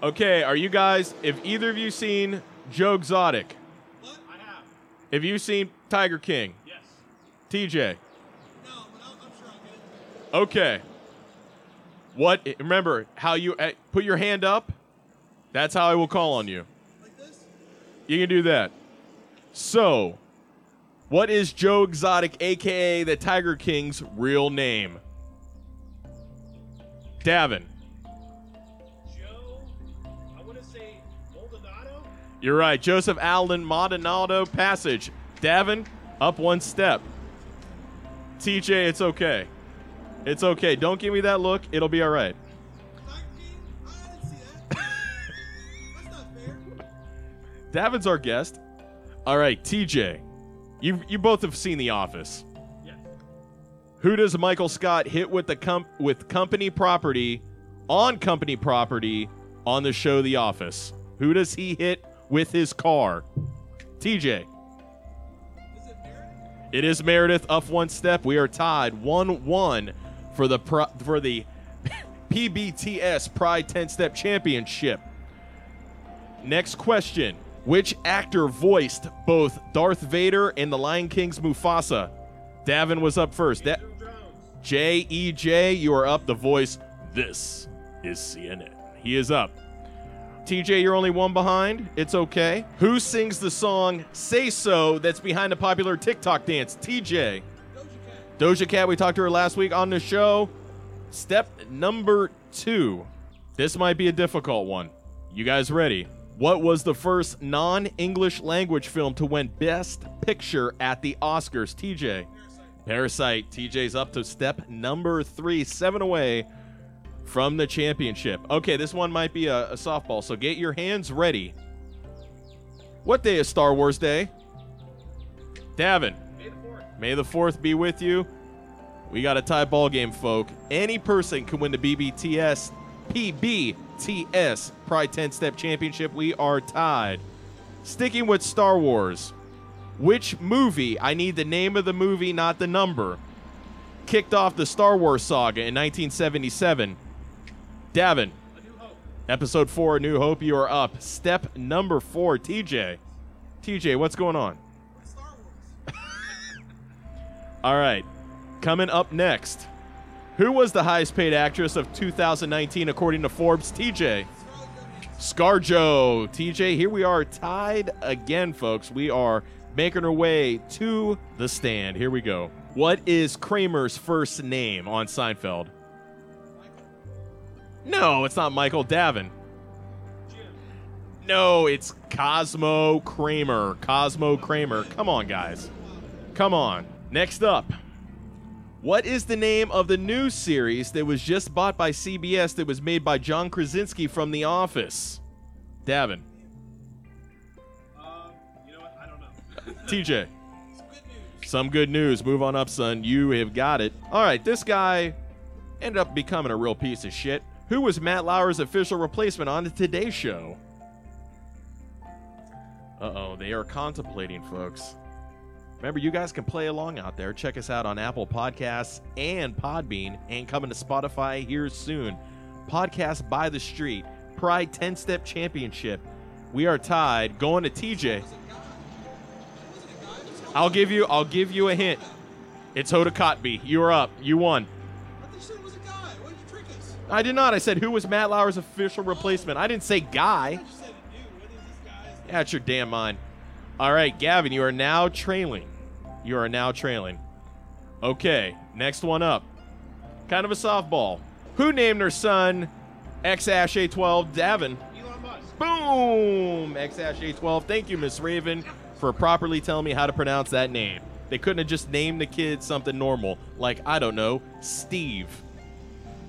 Okay, are you guys if either of you seen Joe Exotic? I have. Have you seen Tiger King? Yes. TJ? Okay. What remember how you eh, put your hand up? That's how I will call on you. You can do that. So, what is Joe Exotic, aka the Tiger King's real name? Davin, Joe, I want to say Maldonado. you're right. Joseph Allen Maldonado passage. Davin, up one step. TJ, it's okay. It's okay. Don't give me that look. It'll be all right. Davin's our guest. All right, TJ, you you both have seen The Office. Yes. Who does Michael Scott hit with the com- with company property on company property on the show The Office? Who does he hit with his car? TJ. It is Meredith up one step. We are tied 1-1 for the pro- for the PBTS Pride 10-Step Championship. Next question. Which actor voiced both Darth Vader and the Lion King's Mufasa? Davin was up first. That J E J, you are up. The voice. This is CNN. He is up. TJ, you're only one behind. It's okay. Who sings the song "Say So" that's behind the popular TikTok dance? TJ. Doja Cat. We talked to her last week on the show. Step number two. This might be a difficult one. You guys ready? What was the first non English language film to win Best Picture at the Oscars? TJ. Parasite. TJ's up to step number three, seven away from the championship. Okay, this one might be a, a softball, so get your hands ready. What day is Star Wars Day? Davin. May the 4th be with you. We got a tie ball game, folk. Any person can win the BBTS PBTS Pride 10 Step Championship. We are tied. Sticking with Star Wars. Which movie? I need the name of the movie, not the number. Kicked off the Star Wars saga in 1977. Davin. Episode 4, A New Hope, you are up. Step number 4, TJ. TJ, what's going on? All right. Coming up next. Who was the highest paid actress of 2019 according to Forbes? TJ. Scarjo. TJ, here we are tied again, folks. We are making our way to the stand. Here we go. What is Kramer's first name on Seinfeld? No, it's not Michael Davin. No, it's Cosmo Kramer. Cosmo Kramer. Come on, guys. Come on. Next up. What is the name of the new series that was just bought by CBS that was made by John Krasinski from The Office? Davin. Um, You know what? I don't know. TJ. Some good news. Move on up, son. You have got it. All right, this guy ended up becoming a real piece of shit. Who was Matt Lauer's official replacement on the Today Show? Uh oh, they are contemplating, folks. Remember, you guys can play along out there. Check us out on Apple Podcasts and Podbean, and coming to Spotify here soon. Podcast by the Street, Pride 10 Step Championship. We are tied. Going to TJ. I'll give you. I'll give you a hint. It's Hoda Kotb. You're up. You won. I did not. I said who was Matt Lauer's official replacement. I didn't say guy. Yeah, it's your damn mind. All right, Gavin, you are now trailing. You are now trailing. Okay, next one up. Kind of a softball. Who named her son X Ash A12 Davin? Elon Musk. Boom! X Ash A12. Thank you, Miss Raven, for properly telling me how to pronounce that name. They couldn't have just named the kid something normal, like, I don't know, Steve.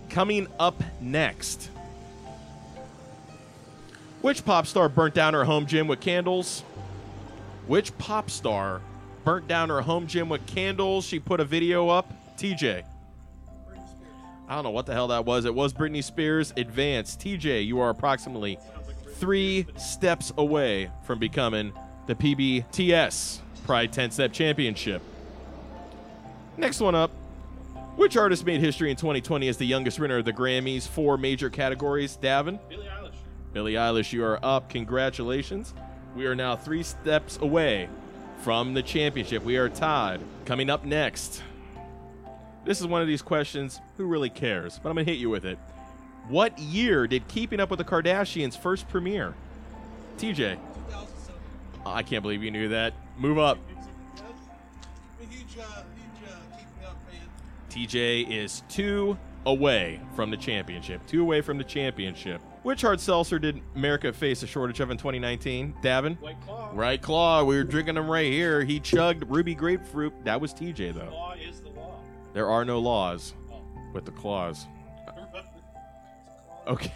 Coming up next. Which pop star burnt down her home gym with candles? Which pop star burnt down her home gym with candles? She put a video up. TJ. I don't know what the hell that was. It was Britney Spears Advance. TJ, you are approximately three steps away from becoming the PBTS Pride 10 Step Championship. Next one up. Which artist made history in 2020 as the youngest winner of the Grammys? Four major categories. Davin? Billie Eilish. Billie Eilish, you are up. Congratulations. We are now three steps away from the championship. We are tied. Coming up next. This is one of these questions who really cares? But I'm going to hit you with it. What year did Keeping Up with the Kardashians first premiere? TJ. I can't believe you knew that. Move up. TJ is two away from the championship. Two away from the championship. Which hard seltzer did America face a shortage of in 2019? Davin? White Claw. Right Claw. We were drinking them right here. He chugged Ruby Grapefruit. That was TJ, though. Law is the law. Oh. There are no laws with the claws. Okay.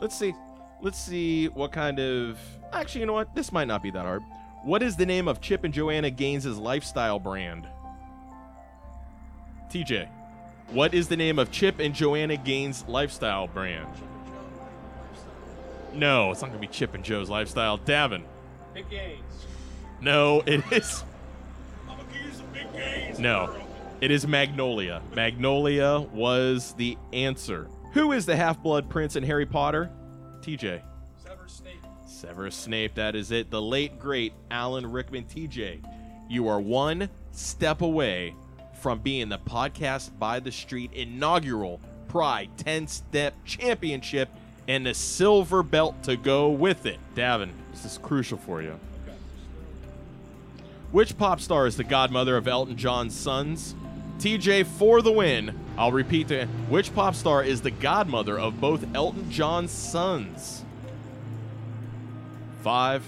Let's see. Let's see what kind of. Actually, you know what? This might not be that hard. What is the name of Chip and Joanna Gaines' lifestyle brand? TJ. What is the name of Chip and Joanna Gaines' lifestyle brand? No, it's not going to be Chip and Joe's lifestyle. Davin. Big gains. No, it is. I'm gonna give you some big gains. No, it is Magnolia. Magnolia was the answer. Who is the half blood prince in Harry Potter? TJ. Severus Snape. Severus Snape, that is it. The late, great Alan Rickman. TJ, you are one step away from being the podcast by the street inaugural Pride 10 Step Championship and the silver belt to go with it. Davin, this is crucial for you. Which pop star is the godmother of Elton John's sons? TJ for the win. I'll repeat the which pop star is the godmother of both Elton John's sons? Five,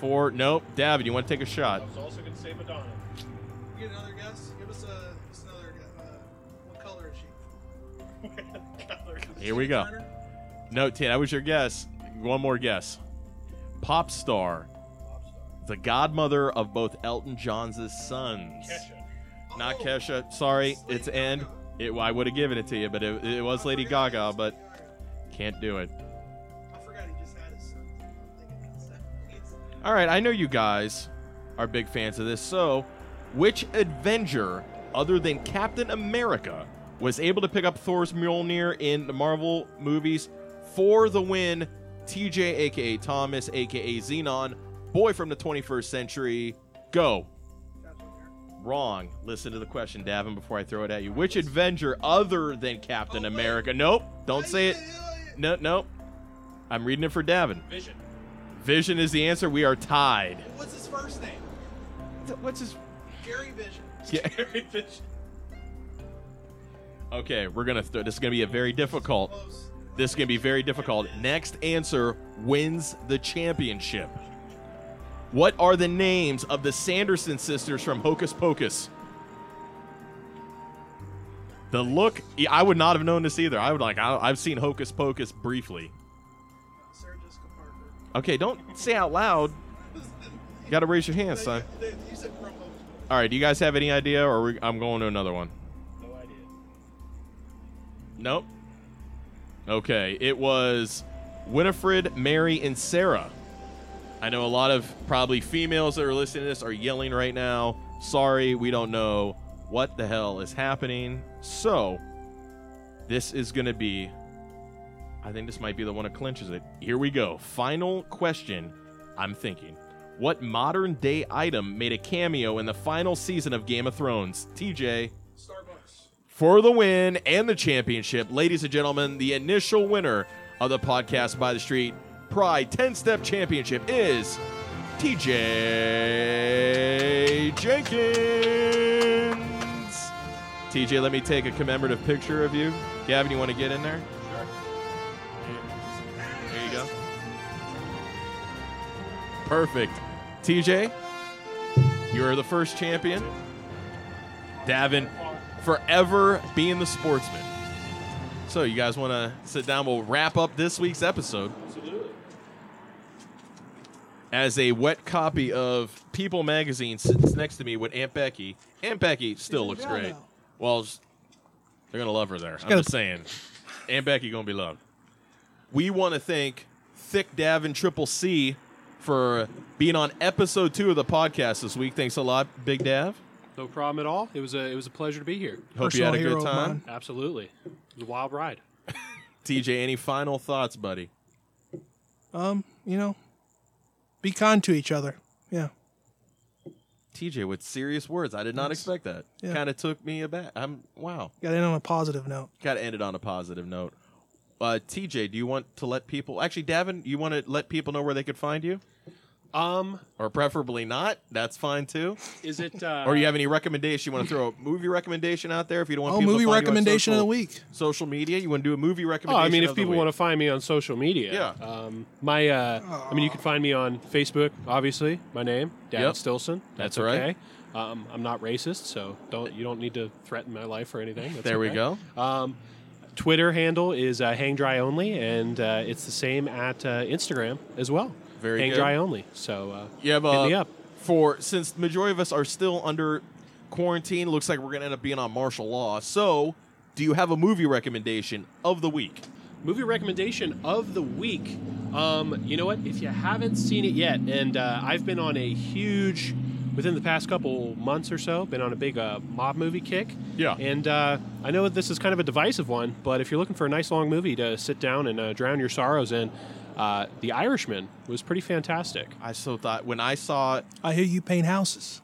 four, nope. David, you want to take a shot? I was also gonna say Madonna. Here we go. No, T, that was your guess. One more guess. Pop star, the godmother of both Elton John's sons. Kesha. Not Kesha. Sorry, it's N. It, I would have given it to you, but it, it was Lady Gaga, but can't do it. I forgot he just had his son. I'm thinking that's that. It's- All right, I know you guys are big fans of this. So, which Avenger, other than Captain America, was able to pick up Thor's Mjolnir in the Marvel movies for the win? TJ, aka Thomas, aka Xenon, boy from the 21st century. Go. Wrong. Listen to the question, Davin, before I throw it at you. Which Avenger, other than Captain Oh, wait. America? Nope. Don't say it. No, no. I'm reading it for Davin. Vision. Vision is the answer. We are tied. What's his first name? What's his Gary Vision. Yeah. Very vision. Okay, we're gonna. Th- this is gonna be a very difficult. Close. This is gonna be very difficult. Next answer wins the championship. What are the names of the Sanderson sisters from Hocus Pocus? The look. yeah, I would not have known this either. I would like. I, I've seen Hocus Pocus briefly. Sarah Jessica Parker. Okay, don't say out loud. You gotta raise your hand, son. They- they- You said from Hocus Pocus. All right, do you guys have any idea, or we, I'm going to another one? No idea. Nope. Okay, it was Winifred, Mary, and Sarah. I know a lot of probably females that are listening to this are yelling right now. Sorry, we don't know what the hell is happening. So, this is going to be. I think this might be the one that clinches it. Here we go. Final question. I'm thinking. What modern day item made a cameo in the final season of Game of Thrones? TJ. Starbucks. For the win and the championship, ladies and gentlemen, the initial winner of the podcast by the street Pride 10 Step Championship is TJ Jenkins. TJ, let me take a commemorative picture of you. Gavin, you want to get in there? Sure. There you go. Perfect. TJ, you're the first champion. Davin, forever being the sportsman. So, you guys want to sit down? We'll wrap up this week's episode. As a wet copy of People magazine sits next to me with Aunt Becky. Aunt Becky still looks in jail great. now. Well, s- they're gonna love her there. I'm gotta- just saying, Aunt Becky gonna be loved. We want to thank Thick Davin Triple C for being on episode two of the podcast this week. Thanks a lot, Big Dav. No problem at all. It was a it was a pleasure to be here. Hope Personal you had a hero good of time. mine. Absolutely, it was a wild ride. TJ, any final thoughts, buddy? Um, you know, be kind to each other. Yeah. TJ with serious words. I did not expect that. Yeah. Kind of took me aback. I'm wow. Got to end on a positive note. Got to end it on a positive note. Uh, TJ, do you want to let people? Actually, Davin, you want to let people know where they could find you, Um, or preferably not. That's fine too. is it uh, Or you have any recommendation? You want to throw a movie recommendation out there if you don't want Oh, people movie to find you on recommendation of the social- week. Social media. You want to do a movie Oh, recommendation? I mean, if of the people week? want to find me on social media, Yeah. Um, my, uh, I mean, you can find me on Facebook, obviously. My name, Dad Yep. Stilson. That's, That's right. okay. Um, I'm not racist, so don't you don't need to threaten my life or anything. That's There we okay. go. Um, Twitter handle is uh, Hang Dry Only, and uh, it's the same at uh, Instagram as well. Very Hang good. Dry Only. So uh, Yeah, but hit me up. for since the majority of us are still under quarantine, looks like we're gonna end up being on martial law. So, do you have a movie recommendation of the week? Movie recommendation of the week. Um, you know what? If you haven't seen it yet, and uh, I've been on a huge, within the past couple months or so, been on a big uh, mob movie kick. Yeah. And uh, I know this is kind of a divisive one, but if you're looking for a nice long movie to sit down and uh, drown your sorrows in, uh, The Irishman was pretty fantastic. I so thought when I saw it, I hear you paint houses.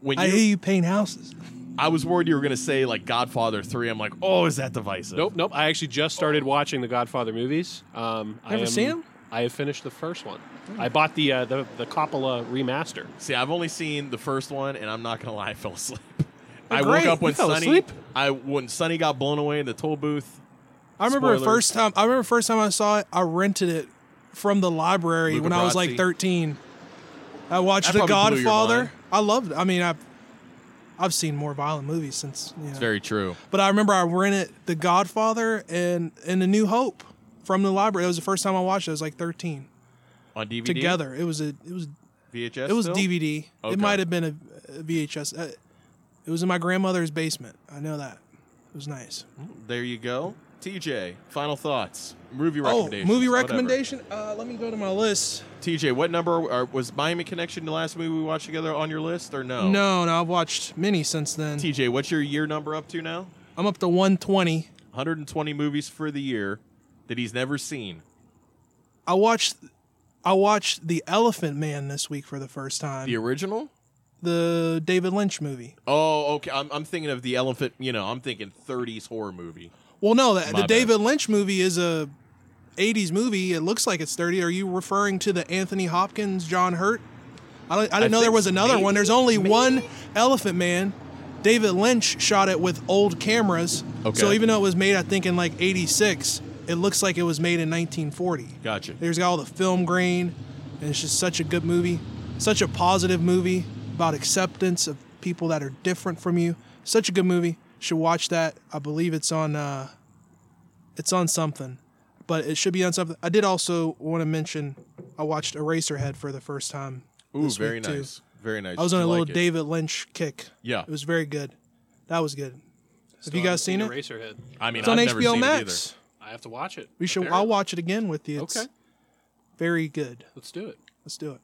when I you, hear you paint houses. I was worried you were gonna say like Godfather Three. I'm like, oh, is that divisive? Nope, nope. I actually just started watching the Godfather movies. Um, I Ever am- seen 'em? I have finished the first one. I bought the, uh, the the Coppola remaster. See, I've only seen the first one, and I'm not gonna lie, I fell asleep. Oh, I great. woke up when You fell Sunny. asleep? I when Sunny got blown away in the toll booth. I remember the Spoiler. first time. I remember the first time I saw it. I rented it from the library Luca when I was like Brasi. 13. I watched That The probably blew your mind. Godfather. I loved. It. I mean, I've I've seen more violent movies since. You know. Very true. but I remember I rented The Godfather and and The New Hope from the library. It was the first time I watched it. I was like 13. On DVD, Together, it was a it was VHS. it was still? DVD. Okay. It might have been a, a VHS. Uh, it was in my grandmother's basement. I know that. It was nice. There you go. TJ, final thoughts. Movie Oh, recommendation. movie recommendation. Uh, let me go to my list. TJ, what number are, was Miami Connection the last movie we watched together on your list or no? No, no, I've watched many since then. TJ, what's your year number up to now? I'm up to 120. 120 movies for the year that he's never seen. I watched, I watched The Elephant Man this week for the first time. The original? The David Lynch movie. Oh, okay. I'm, I'm thinking of the elephant. You know, I'm thinking 30s horror movie. Well, no, that My the bad. David Lynch movie is a 80s movie. It looks like it's 30. Are you referring to the Anthony Hopkins, John Hurt? I, don't- I didn't I know there think was another maybe- one. There's only maybe. one Elephant Man. David Lynch shot it with old cameras. So Okay. even though it was made, I think, in like 86, it looks like it was made in 1940. Gotcha. There's got all the film grain, and it's just such a good movie, such a positive movie about acceptance of people that are different from you. Such a good movie. Should watch that. I believe it's on. Uh, it's on something, but it should be on something. I did also want to mention I watched Eraserhead for the first time. Ooh, this very week, too. nice. Very nice. I was on You a like little it. David Lynch kick. Yeah. it was very good. That was good. Have you guys seen it? Eraserhead. I mean, It's on I've never HBO seen Max. it I have to watch it. We should. I'll Apparently. watch it again with you. It's Okay, very good. let's do it. Let's do it.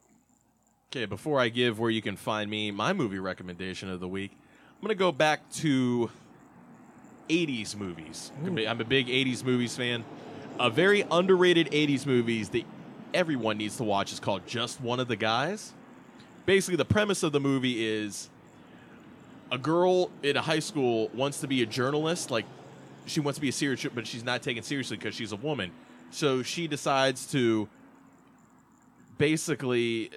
Okay, before I give where you can find me my movie recommendation of the week, I'm going to go back to 80s movies. I'm a- I'm a big 80s movies fan. A very underrated 80s movies that everyone needs to watch is called Just One of the Guys. Basically, the premise of the movie is a girl in a high school wants to be a journalist, like she wants to be a serious, but she's not taken seriously because she's a woman. So she decides to basically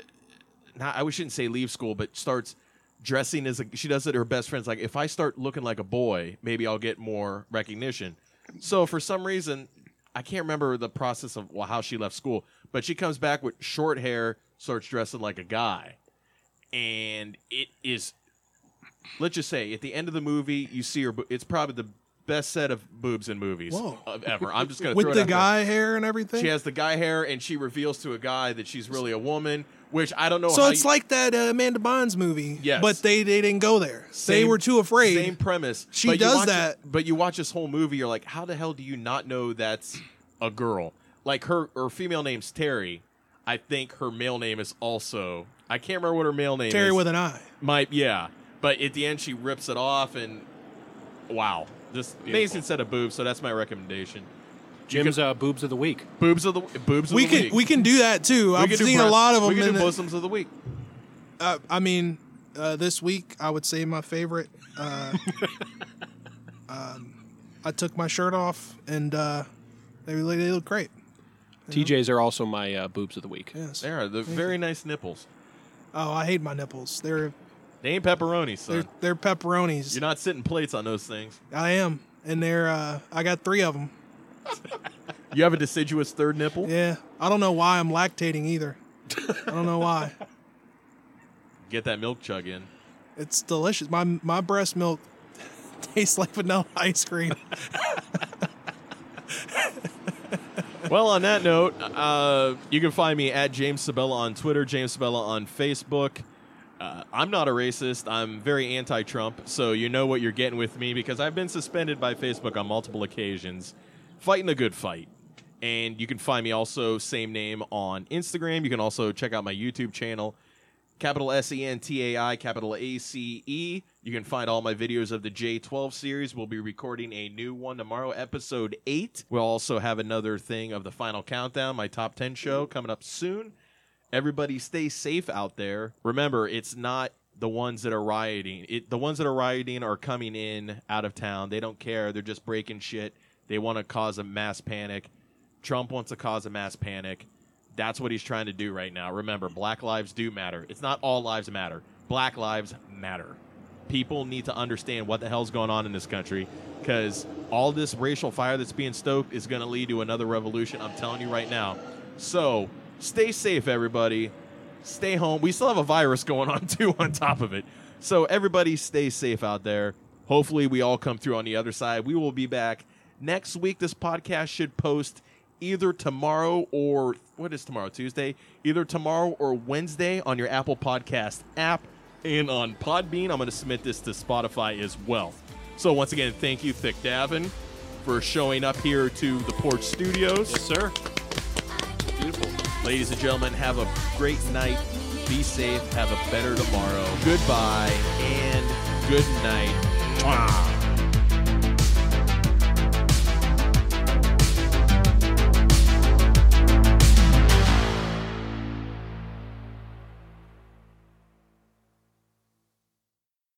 not I shouldn't say leave school, but starts dressing as a she does it to her best friends like if I start looking like a boy, maybe I'll get more recognition. So for some reason, I can't remember the process of well, how she left school, but she comes back with short hair, starts dressing like a guy. And it is let's just say at the end of the movie, you see her bo- it's probably the best set of boobs in movies Whoa. of ever. I'm just going to With throw it the out there. guy hair and everything. She has the guy hair, and she reveals to a guy that she's really a woman, which I don't know. so how it's you- like that uh, Amanda Bonds movie. Yes. But they, they didn't go there. they same- were too afraid. Same premise. She but you does watch that. it- but you watch this whole movie, you're like, how the hell do you not know that's a girl? Like her, her female name's Terry. I think her male name is also. I can't remember what her male name Terry is. with an eye. Might yeah, but at the end she rips it off and wow, this amazing set of boobs. So that's my recommendation. Jim's uh, boobs of the week. Boobs of the boobs. Of We the can week. we can do that too. We I've could do seen a breasts. lot of We them. could In do the, bosoms of the week. uh, I mean, uh, this week I would say my favorite. Uh, um, I took my shirt off and uh, they really- they look great. TJ's are also my uh, boobs of the week. Yes. They are the very nice nipples. Oh, I hate my nipples. They're They ain't pepperonis, son. they're they're pepperonis. You're not sitting plates on those things. I am, and they're uh, I got three of them. You have a deciduous third nipple. Yeah, I don't know why I'm lactating either. I don't know why. Get that milk chug in. It's delicious. My my breast milk tastes like vanilla ice cream. Well, on that note, uh, you can find me at James Sabella on Twitter, James Sabella on Facebook. Uh, I'm not a racist. I'm very anti-Trump, so you know what you're getting with me because I've been suspended by Facebook on multiple occasions, fighting a good fight. And you can find me also same name on Instagram. You can also check out my YouTube channel, capital S E N T A I, capital A C E. You can find all my videos of the J12 series. We'll be recording a new one tomorrow, episode 8. We'll also have another thing of the final countdown, my top 10 show coming up soon. Everybody stay safe out there. Remember, it's not the ones that are rioting. It the ones that are rioting are coming in out of town. They don't care. They're just breaking shit. They want to cause a mass panic. Trump wants to cause a mass panic. That's what he's trying to do right now. Remember, black lives do matter. It's not all lives matter. Black lives matter. People need to understand what the hell's going on in this country because all this racial fire that's being stoked is going to lead to another revolution. I'm telling you right now. So stay safe, everybody. Stay home. We still have a virus going on, too, on top of it. So everybody stay safe out there. Hopefully, we all come through on the other side. We will be back next week. This podcast should post either tomorrow or what is tomorrow Tuesday? Either tomorrow or Wednesday on your Apple Podcast app and on Podbean. I'm going to submit this to Spotify as well. So once again, thank you, Thick Davin, for showing up here to the Porch Studios. Yes, sir. Beautiful. Ladies and gentlemen, have a great night. Be safe. Have a better tomorrow. Goodbye and good night. Mwah.